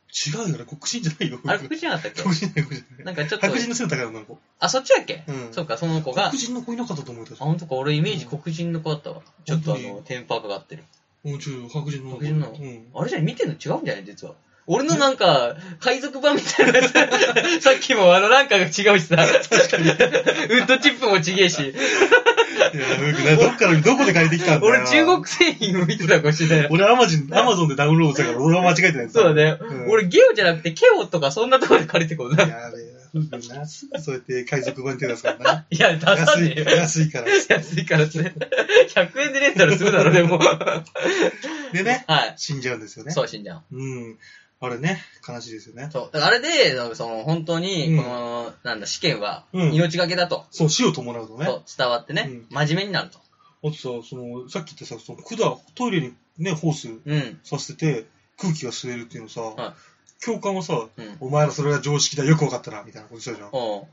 [SPEAKER 3] 違うよ、あれ、黒人じゃないよ。
[SPEAKER 2] あれ、黒人じゃなかったっ
[SPEAKER 3] 黒
[SPEAKER 2] け
[SPEAKER 3] 人じゃない、黒人じゃない。
[SPEAKER 2] なんかちょっと
[SPEAKER 3] 白、人の背の高い女の子。
[SPEAKER 2] あ、そっちだっけ
[SPEAKER 3] うん
[SPEAKER 2] そうか、その子が
[SPEAKER 3] 黒、人の子いなかったと思うよ、確
[SPEAKER 2] あ、
[SPEAKER 3] か
[SPEAKER 2] ほんとか、俺イメージ黒人の子だったわ。ちょっとあ
[SPEAKER 3] 本当
[SPEAKER 2] の
[SPEAKER 3] に、
[SPEAKER 2] テンパーかかってる。
[SPEAKER 3] うん、ちょ、白人の
[SPEAKER 2] 黒人なの
[SPEAKER 3] うん。
[SPEAKER 2] あれじゃん見てんの違うんじゃない実は。俺のなんか、海賊版みたいなやつ。 さっきもあのなんかが違うしさ。 ウッドチップも違えし。
[SPEAKER 3] いや、よくない。どっから、どこで借りてきたんだよ。
[SPEAKER 2] 俺中国製品を見てたかもしれない。
[SPEAKER 3] 俺アマジン、アマゾンでダウンロードしたから、俺は間違えてない ん
[SPEAKER 2] そうだね。
[SPEAKER 3] うん
[SPEAKER 2] 俺ゲオじゃなくてケオとかそんなところで借りてこうな。い
[SPEAKER 3] やべえな。すぐそうやって海賊版手出すからな。
[SPEAKER 2] や、出さ
[SPEAKER 3] 安
[SPEAKER 2] ね
[SPEAKER 3] い、
[SPEAKER 2] えよ。
[SPEAKER 3] 安いから。
[SPEAKER 2] 安いからね。100円でレンタルするだろ、でも。は
[SPEAKER 3] でね、
[SPEAKER 2] い。
[SPEAKER 3] 死んじゃうんですよね。
[SPEAKER 2] そう、しんちゃん。
[SPEAKER 3] うん。あれね、悲しいですよね。
[SPEAKER 2] そう。だからあれで、その、本当に、この、なんだ、試験は、
[SPEAKER 3] うん
[SPEAKER 2] 命がけだと、
[SPEAKER 3] そう、死を伴うとね。
[SPEAKER 2] そう伝わってね、
[SPEAKER 3] うん
[SPEAKER 2] 真面目になると。
[SPEAKER 3] あとさ、その、さっき言ったさ、その、管、トイレにね、ホース
[SPEAKER 2] うん。
[SPEAKER 3] させてて、空気が吸えるっていうのさ、
[SPEAKER 2] は
[SPEAKER 3] 教官はさ、
[SPEAKER 2] うん。
[SPEAKER 3] お前らそれが常識だ、よくわかったな、みたいなことしたじゃん。
[SPEAKER 2] おう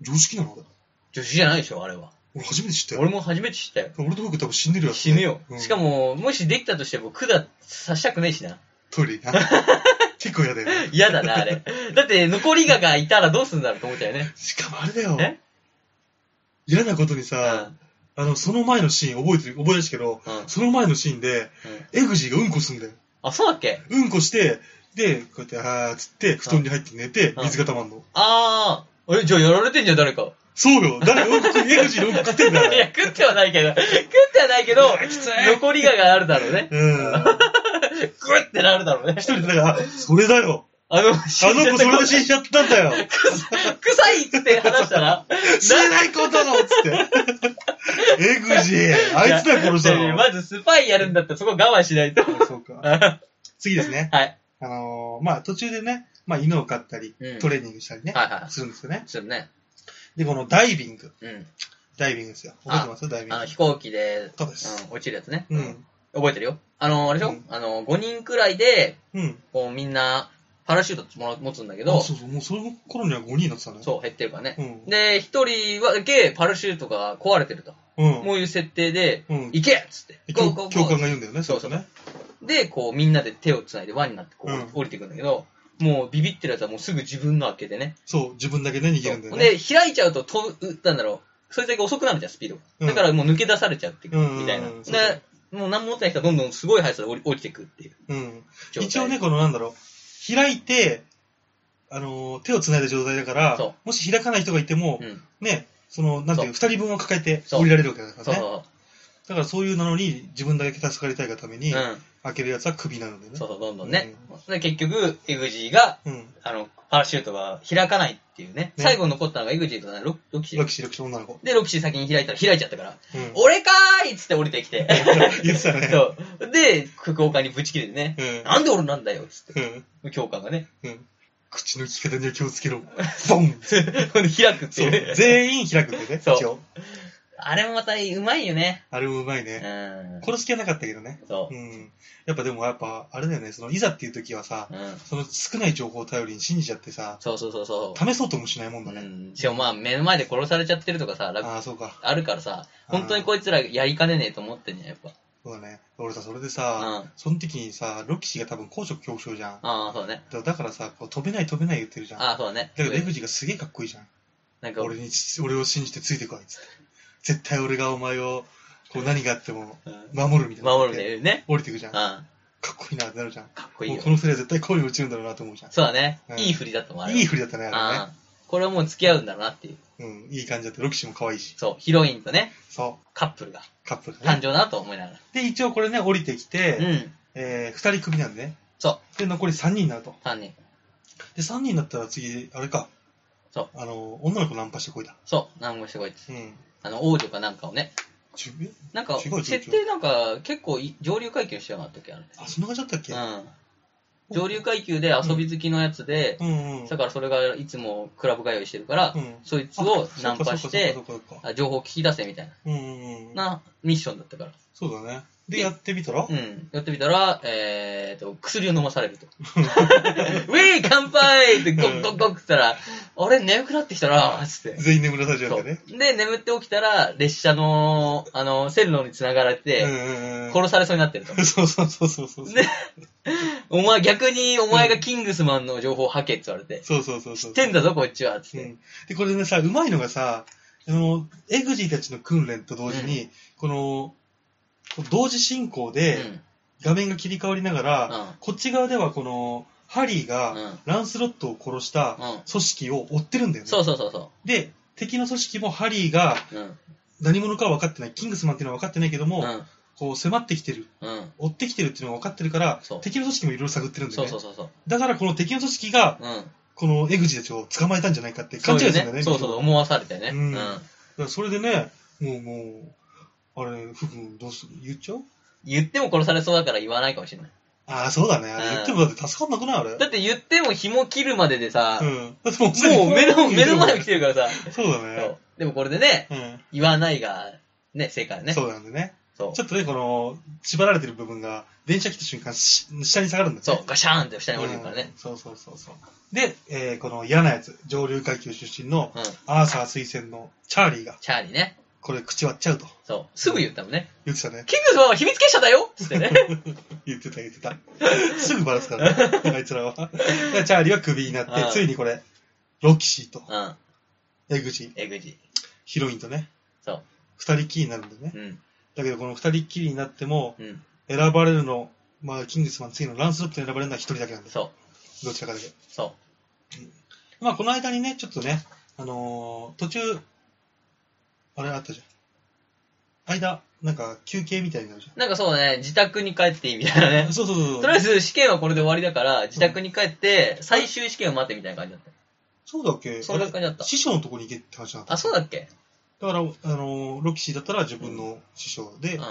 [SPEAKER 3] 常識なのだ。
[SPEAKER 2] 女子じゃないでしょ、あれは。
[SPEAKER 3] 俺初めて知ったよ。
[SPEAKER 2] 俺も初めて知ったよ。
[SPEAKER 3] 俺と僕多分死んでるやつ。
[SPEAKER 2] 死ぬよ。
[SPEAKER 3] うん
[SPEAKER 2] しかも、もしできたとしても、管刺したくねえしな。
[SPEAKER 3] トイレにな。結構嫌だよね。
[SPEAKER 2] 嫌だな、あれ。だって、残りががいたらどうすんだろうと思ったよね。
[SPEAKER 3] しかもあれだよ
[SPEAKER 2] え。
[SPEAKER 3] 嫌なことに
[SPEAKER 2] う
[SPEAKER 3] さ、
[SPEAKER 2] ん。
[SPEAKER 3] あの、その前のシーン、覚えてる、覚え出したけど、
[SPEAKER 2] うん。
[SPEAKER 3] その前のシーンで、エグジーがうんこすんだよ。
[SPEAKER 2] あ、そうだっけ
[SPEAKER 3] うんこして、で、こうやって、あーっつって、布団に入って寝て、
[SPEAKER 2] うん
[SPEAKER 3] 水が溜まんの。
[SPEAKER 2] あー。え、じゃあやられてんじゃん、誰か。
[SPEAKER 3] そうよ誰がうんこ食う、エグジーのうんこ食ってんだ
[SPEAKER 2] いや、
[SPEAKER 3] よ。
[SPEAKER 2] 食ってはないけど、食ってはないけど、残りががあるだろうね。
[SPEAKER 3] うん。
[SPEAKER 2] グッてなるだろうね
[SPEAKER 3] 一。人で、だから、あそれだよ
[SPEAKER 2] あの、あの
[SPEAKER 3] あの子それで死んじゃったんだよ
[SPEAKER 2] 臭いって話したら、
[SPEAKER 3] 死ねないことだろっつって。エグジーあいつだよ、殺した
[SPEAKER 2] いや
[SPEAKER 3] の。
[SPEAKER 2] まずスパイやるんだったらそこ我慢しないと。
[SPEAKER 3] そうか。
[SPEAKER 2] は
[SPEAKER 3] 次ですね
[SPEAKER 2] い。。はい
[SPEAKER 3] あのーまあ、途中でね、まあ、犬を飼ったり
[SPEAKER 2] うん、
[SPEAKER 3] トレーニングしたりね、
[SPEAKER 2] は
[SPEAKER 3] するんですよね。
[SPEAKER 2] い。するね。
[SPEAKER 3] で、このダイビング。
[SPEAKER 2] うん。
[SPEAKER 3] ダイビングですよ。覚えてますダイビン
[SPEAKER 2] あ
[SPEAKER 3] グ
[SPEAKER 2] の、。飛行機で、
[SPEAKER 3] そうで
[SPEAKER 2] う
[SPEAKER 3] す。
[SPEAKER 2] ん、落ちるやつね。
[SPEAKER 3] うん。
[SPEAKER 2] 覚えてるよ。あの、あれでしょ、
[SPEAKER 3] うん
[SPEAKER 2] あの、5人くらいで、
[SPEAKER 3] うん。
[SPEAKER 2] こうみんな、パラシュートもら持つんだけ
[SPEAKER 3] け
[SPEAKER 2] ど、
[SPEAKER 3] そうそう、もうその頃には5人になってたね。
[SPEAKER 2] そう、減ってるからね。
[SPEAKER 3] うん。
[SPEAKER 2] で、一人はだけパラシュートが壊れてると。
[SPEAKER 3] うん。
[SPEAKER 2] こういう設定で、
[SPEAKER 3] うん。
[SPEAKER 2] 行けっつって。
[SPEAKER 3] 教
[SPEAKER 2] こう
[SPEAKER 3] 教官が言うんだよね、
[SPEAKER 2] そうそう
[SPEAKER 3] れね。
[SPEAKER 2] で、こうみんなで手を繋いで輪になってこう、
[SPEAKER 3] うん
[SPEAKER 2] 降りてくんだけど、もうビビってるやつはもうすぐ自分の開けてね。
[SPEAKER 3] そう、自分だけね、逃げるんだよね。
[SPEAKER 2] で、開いちゃうと飛ぶ、なんだろう。それだけ遅くなるじゃん、スピードが。
[SPEAKER 3] うん
[SPEAKER 2] だからもう抜け出されちゃって、
[SPEAKER 3] うんうんうん
[SPEAKER 2] みたいな。
[SPEAKER 3] そうそう
[SPEAKER 2] で、もう何も持ってない人はどんどんすごい速さで降り落ちてくっていう
[SPEAKER 3] うん。
[SPEAKER 2] 状態。
[SPEAKER 3] 一応ね、、このなんだろう、開いて、あのー、手を繋いだ状態だか
[SPEAKER 2] そ
[SPEAKER 3] ら、もし開かない人がいても
[SPEAKER 2] う、ん。
[SPEAKER 3] ね、その、なんていう、二人分を抱えて
[SPEAKER 2] そう
[SPEAKER 3] 降りられるわけだか
[SPEAKER 2] そう
[SPEAKER 3] らね。
[SPEAKER 2] そ
[SPEAKER 3] だからそういうなのに、自分だけ助かりたいがため
[SPEAKER 2] う。
[SPEAKER 3] に、
[SPEAKER 2] う
[SPEAKER 3] 開けるやつはクビなので
[SPEAKER 2] ん。
[SPEAKER 3] ね
[SPEAKER 2] そ。うそう、どんどんね。で、結局、エグジーが、
[SPEAKER 3] うん。
[SPEAKER 2] あの、パラシュートが開かないっていうね。
[SPEAKER 3] ね
[SPEAKER 2] 最後残ったのがエグジーとねロロキシ
[SPEAKER 3] ロ
[SPEAKER 2] ー
[SPEAKER 3] キ。シー、ロキシー女の子。
[SPEAKER 2] で、ロキシー先に開いたら開いちゃったから、
[SPEAKER 3] うん。
[SPEAKER 2] 俺かーいっつって降りてき て。
[SPEAKER 3] 言ってたね。
[SPEAKER 2] そう。で、副教官にぶち切れてね。
[SPEAKER 3] うん。
[SPEAKER 2] なんで俺なんだよっつっ
[SPEAKER 3] う
[SPEAKER 2] て。
[SPEAKER 3] ん。
[SPEAKER 2] 教官がね。
[SPEAKER 3] うん。口の利き方 には気をつけろ。ボン
[SPEAKER 2] ほんで開くって
[SPEAKER 3] そ
[SPEAKER 2] いううね。
[SPEAKER 3] 全員開くんだよね、
[SPEAKER 2] そう
[SPEAKER 3] 一応。
[SPEAKER 2] あれもまたうまいよね。
[SPEAKER 3] あれもうまいうね。
[SPEAKER 2] ん。
[SPEAKER 3] 殺す気はなかったけどね。
[SPEAKER 2] そうう。
[SPEAKER 3] ん。やっぱでもやっぱ、あれだよね、その、いざっていう時はさ、
[SPEAKER 2] うん。
[SPEAKER 3] その少ない情報を頼りに信じちゃってさ、
[SPEAKER 2] そうそうそうそ
[SPEAKER 3] 試そうともしないもん
[SPEAKER 2] う。う
[SPEAKER 3] だね。
[SPEAKER 2] ん。しかもまあ目の前で殺されちゃってるとかさ、楽
[SPEAKER 3] ああ、そうか。
[SPEAKER 2] あるからさ、
[SPEAKER 3] あー
[SPEAKER 2] 本当にこいつらやりかねねえと思ってんじゃん、やっぱ。
[SPEAKER 3] そうだね。俺さ、それ
[SPEAKER 2] う
[SPEAKER 3] で
[SPEAKER 2] ん。
[SPEAKER 3] さ、
[SPEAKER 2] あ
[SPEAKER 3] その時にさ、ロキシが多分高所恐怖症じゃん。
[SPEAKER 2] あー、そうね。
[SPEAKER 3] だだからさ、こう飛べない飛べない言ってるじゃん。だ
[SPEAKER 2] ああ、そうね。
[SPEAKER 3] けど、レグジがすげえかっこいいじゃん。
[SPEAKER 2] なんか、
[SPEAKER 3] 俺に、俺を信じてついてこいっつって。絶対俺がお前を、こう何があっても、
[SPEAKER 2] うん
[SPEAKER 3] 守るみたいな。
[SPEAKER 2] 守るね。ね。
[SPEAKER 3] 降りてくじゃ
[SPEAKER 2] うん。
[SPEAKER 3] ん。かっ
[SPEAKER 2] か
[SPEAKER 3] こいいなってなるじゃん。
[SPEAKER 2] っこいい
[SPEAKER 3] も
[SPEAKER 2] よ
[SPEAKER 3] うこ。の二人は絶対恋に落ちるんだろうなと思うじゃん。
[SPEAKER 2] そうだね
[SPEAKER 3] う。ん
[SPEAKER 2] いい振りだったもん、あれは。
[SPEAKER 3] いい振りだったね、あれね。
[SPEAKER 2] あーこれはもう付き合うんだろうなっていう。
[SPEAKER 3] うん、いい感じだって、ロキシも可愛いし。
[SPEAKER 2] そう、ヒロインとね、
[SPEAKER 3] そ
[SPEAKER 2] カップルが
[SPEAKER 3] う、カップルだ
[SPEAKER 2] 誕
[SPEAKER 3] ね。
[SPEAKER 2] 生だなと思いなが
[SPEAKER 3] で、一応これね、降りてきて、
[SPEAKER 2] ら。うん。
[SPEAKER 3] えー、二人組なんでね。
[SPEAKER 2] そ
[SPEAKER 3] で、残り三人になると。
[SPEAKER 2] う、3人。
[SPEAKER 3] で、三人になったら次、あれか。
[SPEAKER 2] そう。
[SPEAKER 3] あの、女の子ナンパしてこいだ。
[SPEAKER 2] そう、何もしてこいって。
[SPEAKER 3] うん。
[SPEAKER 2] あの、王女かなんかをね。
[SPEAKER 3] 中
[SPEAKER 2] なんか、
[SPEAKER 3] 違う違う違う
[SPEAKER 2] 設定なんか、結構い上流階級してなかったっけ、あれ。
[SPEAKER 3] あ、そんな感じだったっけ
[SPEAKER 2] うん。上流階級で遊び好きのやつで、
[SPEAKER 3] うんうん。
[SPEAKER 2] だからそれがいつもクラブ通いしてるから、
[SPEAKER 3] うん
[SPEAKER 2] そいつをナンパして
[SPEAKER 3] そう、かそうかそうかそうか
[SPEAKER 2] あ情報聞き出せみたい
[SPEAKER 3] うんうんうん。
[SPEAKER 2] な、なミッションだったから。
[SPEAKER 3] そうだね。で、
[SPEAKER 2] で
[SPEAKER 3] やってみたら
[SPEAKER 2] うん。やってみたら、えーと、薬を飲まされる と。ウェイ乾杯ってゴッゴッゴッって言ったら、あれ眠くなってきたなつって。
[SPEAKER 3] 全員眠らされちゃ
[SPEAKER 2] そ
[SPEAKER 3] うん
[SPEAKER 2] う
[SPEAKER 3] だね。
[SPEAKER 2] で、眠って起きたら、列車の、あの、線路に繋がれ
[SPEAKER 3] うん
[SPEAKER 2] て、
[SPEAKER 3] うん
[SPEAKER 2] 殺されそうになってると。
[SPEAKER 3] うん。そうそうそうそうそう。
[SPEAKER 2] で、お前、逆にお前がキングスマンの情報を吐けって言われて、
[SPEAKER 3] そうそうそうそ
[SPEAKER 2] 知っ
[SPEAKER 3] う。
[SPEAKER 2] てんだぞ、こっちは、つっ
[SPEAKER 3] う
[SPEAKER 2] て。
[SPEAKER 3] ん。で、これねさ、うまいのがさ、あの、エグジーたちの訓練と同時に、この、同時進行
[SPEAKER 2] う
[SPEAKER 3] で
[SPEAKER 2] ん。
[SPEAKER 3] 画面が切り替わりながら、
[SPEAKER 2] う
[SPEAKER 3] こっち側ではこの、ハリー
[SPEAKER 2] ん。う
[SPEAKER 3] が
[SPEAKER 2] ん。
[SPEAKER 3] ランスロットを殺した
[SPEAKER 2] うん。
[SPEAKER 3] 組織を追ってるんだよね。
[SPEAKER 2] そうそうそうそ
[SPEAKER 3] で、敵の組織もハリーが
[SPEAKER 2] う。うん。
[SPEAKER 3] 何者かは分かってない、キングスマンっていうのは分かってないけども、
[SPEAKER 2] うん。
[SPEAKER 3] こう迫ってきてる、
[SPEAKER 2] うん。
[SPEAKER 3] 追ってきてるっていうのが分かってるから
[SPEAKER 2] そう、
[SPEAKER 3] 敵の組織もいろいろ探ってるんだよ
[SPEAKER 2] そうそ
[SPEAKER 3] ね。
[SPEAKER 2] うそうそう。
[SPEAKER 3] だからこの敵の組織が、
[SPEAKER 2] うん。
[SPEAKER 3] このエグジたちを捕まえたんじゃないかって
[SPEAKER 2] そ
[SPEAKER 3] 勘
[SPEAKER 2] う
[SPEAKER 3] 違
[SPEAKER 2] い
[SPEAKER 3] いうするんだよね。
[SPEAKER 2] ね。そうそう、
[SPEAKER 3] だか
[SPEAKER 2] 思わされたよね。
[SPEAKER 3] う
[SPEAKER 2] うんん。
[SPEAKER 3] らそれでね、もうもう、あれ、ふくどうする言っちゃう
[SPEAKER 2] 言っても殺されそうだから言わないかもしれない。
[SPEAKER 3] ああ、そうだね。あれ
[SPEAKER 2] うん
[SPEAKER 3] 言ってもだって助かんなくないあれ。
[SPEAKER 2] だって言っても紐切るまででさ、
[SPEAKER 3] うん。だってもうすでに
[SPEAKER 2] もう 目の、目の前に来てるからさ。
[SPEAKER 3] そうだ
[SPEAKER 2] そ
[SPEAKER 3] ね
[SPEAKER 2] う。でもこれでね、
[SPEAKER 3] うん。
[SPEAKER 2] 言わないが、ね、正解だね。
[SPEAKER 3] そうなんだね。
[SPEAKER 2] そう。
[SPEAKER 3] ちょっとね、この、縛られてる部分が、電車来た瞬間、し下に下がるんだよね。
[SPEAKER 2] そう、ガシャーンって下に降りるからね
[SPEAKER 3] う。んそうそうそうそう。で、えーこの嫌なやつ、上流階級出身の
[SPEAKER 2] うん。
[SPEAKER 3] アーサー推薦のチャーリーが、
[SPEAKER 2] チャーリーね。
[SPEAKER 3] これ口割っちゃうと
[SPEAKER 2] そう。すぐ言ったもんね。
[SPEAKER 3] 言ってたね。
[SPEAKER 2] キングスマンは秘密結社だよっつってね。
[SPEAKER 3] 言ってた言ってた。 すぐバラすからね、あいつらは。でチャーリーはクビになって
[SPEAKER 2] う、ん
[SPEAKER 3] ついにこれ、ロキシーと
[SPEAKER 2] うん。
[SPEAKER 3] エグジー、
[SPEAKER 2] えぐじ。
[SPEAKER 3] ヒロインとね、
[SPEAKER 2] そう。
[SPEAKER 3] 二人きりになるんだよね。
[SPEAKER 2] うん。
[SPEAKER 3] だけどこの二人きりになっても、
[SPEAKER 2] うん。
[SPEAKER 3] 選ばれるの、まあ、キングスマン次のランスロットに選ばれるのは一人だけなんです。
[SPEAKER 2] そう。
[SPEAKER 3] どちらかだけ。
[SPEAKER 2] そ
[SPEAKER 3] まあ、この間にね、ちょっとね、あのー途中、あれあったじゃん。間、なんか休憩みたいになるじ
[SPEAKER 2] う。なんかそうね、自宅に帰っていいみたいな
[SPEAKER 3] ゃ
[SPEAKER 2] ね
[SPEAKER 3] ん。。そうそうそう
[SPEAKER 2] とり
[SPEAKER 3] そ
[SPEAKER 2] あ
[SPEAKER 3] う。
[SPEAKER 2] えず試験はこれで終わりだから、自宅に帰って、最終試験を待ってみたいな感じだっ
[SPEAKER 3] そうだっけ
[SPEAKER 2] た。そんな感じだった
[SPEAKER 3] あれ。師匠のとこに行けって話なんだ。
[SPEAKER 2] あ、そうだっけ
[SPEAKER 3] だから、あのーロキシーだったら自分の師匠で、
[SPEAKER 2] うん。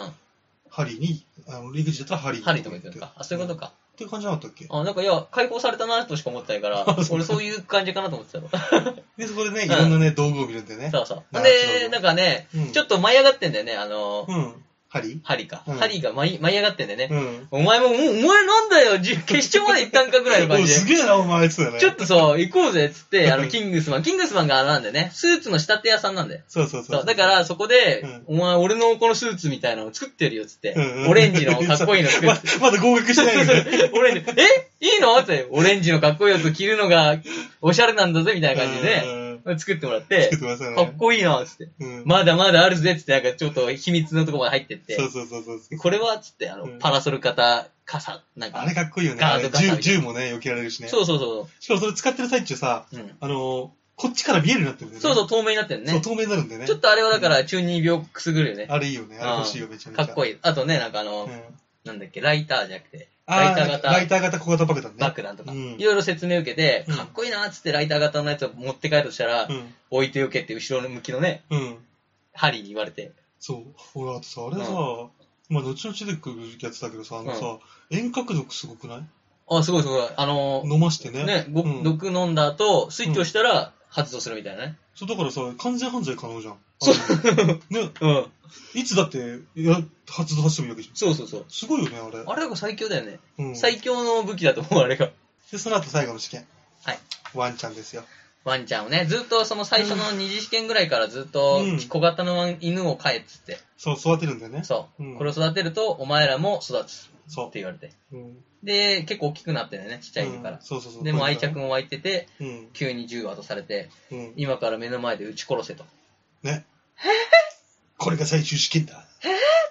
[SPEAKER 3] ハリーに、あの、リグジだったらハリー
[SPEAKER 2] ハリーとか言ってるのか。あ、そういうこと
[SPEAKER 3] か。
[SPEAKER 2] か。
[SPEAKER 3] っていう感じじゃなかったっけ
[SPEAKER 2] あ、なんかいや、解放されたなとしか思ってない から、俺そういう感じかなと思ってたの。
[SPEAKER 3] で、そこでね、
[SPEAKER 2] う
[SPEAKER 3] い
[SPEAKER 2] ん
[SPEAKER 3] ろんなね、道具を見るんだよね。
[SPEAKER 2] そうそう。
[SPEAKER 3] なるほ
[SPEAKER 2] で
[SPEAKER 3] ど、
[SPEAKER 2] なんかね、
[SPEAKER 3] うん
[SPEAKER 2] ちょっと舞い上がってんだよね、あのー、
[SPEAKER 3] うん。ハリ
[SPEAKER 2] ハリーか。
[SPEAKER 3] うん
[SPEAKER 2] ハリーが舞い舞い上がってんだよね
[SPEAKER 3] ー。うん。
[SPEAKER 2] お前も、もう、お前なんだよ、じ 決勝まで行ったんかぐらいの
[SPEAKER 3] お
[SPEAKER 2] 感
[SPEAKER 3] う
[SPEAKER 2] じ
[SPEAKER 3] す
[SPEAKER 2] で。
[SPEAKER 3] げえな、お前、あいつだね。
[SPEAKER 2] ちょっとそう、行こうぜ、っつって、あ
[SPEAKER 3] う
[SPEAKER 2] の、
[SPEAKER 3] ん
[SPEAKER 2] キングスマン。キングスマンがあれなんだよね。スーツの仕立て屋さんなんだよ。
[SPEAKER 3] そうそうそう。
[SPEAKER 2] そう、だから、そこで、
[SPEAKER 3] う
[SPEAKER 2] お前、俺のこのスーツみたいなの作ってるよ、っつって、
[SPEAKER 3] うんうん
[SPEAKER 2] オレンジのかっこいいの作
[SPEAKER 3] ま
[SPEAKER 2] って。
[SPEAKER 3] まだ合格してないん で。
[SPEAKER 2] オレンジ、えいいのって、オレンジのかっこいいやつ着るのが、おしゃれなんだぜ、みたいな感じで、
[SPEAKER 3] うん
[SPEAKER 2] 作ってもらっ
[SPEAKER 3] つ
[SPEAKER 2] て
[SPEAKER 3] け、てますよ
[SPEAKER 2] かっ
[SPEAKER 3] ね。
[SPEAKER 2] こいいな、つって。
[SPEAKER 3] うん
[SPEAKER 2] まだまだあるぜ、つって、なんかちょっと秘密のとこまで入ってって
[SPEAKER 3] そ、うそうそうそう。
[SPEAKER 2] これは、つって、あの
[SPEAKER 3] うん、
[SPEAKER 2] パラソル型傘、なん
[SPEAKER 3] あ
[SPEAKER 2] か
[SPEAKER 3] れ、かっこいいよね。
[SPEAKER 2] ガード
[SPEAKER 3] あれ
[SPEAKER 2] ガード
[SPEAKER 3] 銃銃もね、避けられるしね。
[SPEAKER 2] そうそうそ
[SPEAKER 3] しかもそれ使ってる最中さ、
[SPEAKER 2] う、うん。
[SPEAKER 3] あのー、こっちから見えるようになってるんだよね。
[SPEAKER 2] そうそう、透明になってる
[SPEAKER 3] そう
[SPEAKER 2] ね。
[SPEAKER 3] 透明になるんだよね
[SPEAKER 2] ちょ。っとあれはだから、中二病くすぐるよね。
[SPEAKER 3] あれいいよね。あれ欲しい
[SPEAKER 2] う
[SPEAKER 3] よ、
[SPEAKER 2] ん
[SPEAKER 3] めちゃめち
[SPEAKER 2] か
[SPEAKER 3] ゃ。
[SPEAKER 2] っこ
[SPEAKER 3] いい。
[SPEAKER 2] いい。あとね、なんかあの、なんだっけ、ライターじゃなくて、
[SPEAKER 3] あ
[SPEAKER 2] ライター
[SPEAKER 3] ー
[SPEAKER 2] 型
[SPEAKER 3] ライター型小型爆弾ね。
[SPEAKER 2] 爆弾とか、
[SPEAKER 3] うん
[SPEAKER 2] いろいろ説明受けて、
[SPEAKER 3] うん
[SPEAKER 2] かっこいいなーっつってライター型のやつを持って帰るとしたら、
[SPEAKER 3] うん。
[SPEAKER 2] 置いておけって後ろの向きのね、
[SPEAKER 3] うん。
[SPEAKER 2] ハリーに言われて、
[SPEAKER 3] そう。俺、あとさ、あれさ、まあ、後々出てくるやつだけどさ、あのさ、遠隔毒すごくない
[SPEAKER 2] あ、すごいすごい、あのー
[SPEAKER 3] 飲ましてね。
[SPEAKER 2] ね、ご
[SPEAKER 3] うん
[SPEAKER 2] 毒飲んだ後、スイッチ押したら、発動するみたいなね。
[SPEAKER 3] そう、だからさ、完全犯罪可能じゃん。
[SPEAKER 2] そう
[SPEAKER 3] あのね、
[SPEAKER 2] うん。
[SPEAKER 3] いつだって、や、発動させてもいいわけじゃん。
[SPEAKER 2] そうそうそう。
[SPEAKER 3] すごいよね、あれ。
[SPEAKER 2] あれが最強だよね。
[SPEAKER 3] うん。
[SPEAKER 2] 最強の武器だと思う、あれが。
[SPEAKER 3] で、その後最後の試験。
[SPEAKER 2] はい。
[SPEAKER 3] ワンちゃんですよ。
[SPEAKER 2] ワンちゃんをね、ずっとその最初の二次試験ぐらいからずっと
[SPEAKER 3] うん
[SPEAKER 2] 小型のワン犬を飼えっつって、
[SPEAKER 3] そう、育てるんだよね。
[SPEAKER 2] そう、
[SPEAKER 3] うん
[SPEAKER 2] これを育てるとお前らも育つ
[SPEAKER 3] そ
[SPEAKER 2] って言われて。
[SPEAKER 3] う。うん。
[SPEAKER 2] で、結構大きくなってんだよね、ちっちゃい犬か
[SPEAKER 3] う
[SPEAKER 2] ら
[SPEAKER 3] ん。そうそうそう。
[SPEAKER 2] でも愛着も湧いてて、
[SPEAKER 3] うん。
[SPEAKER 2] 急に銃渡されて、
[SPEAKER 3] うん。
[SPEAKER 2] 今から目の前で撃ち殺せと。
[SPEAKER 3] ね。これが最終試験だ。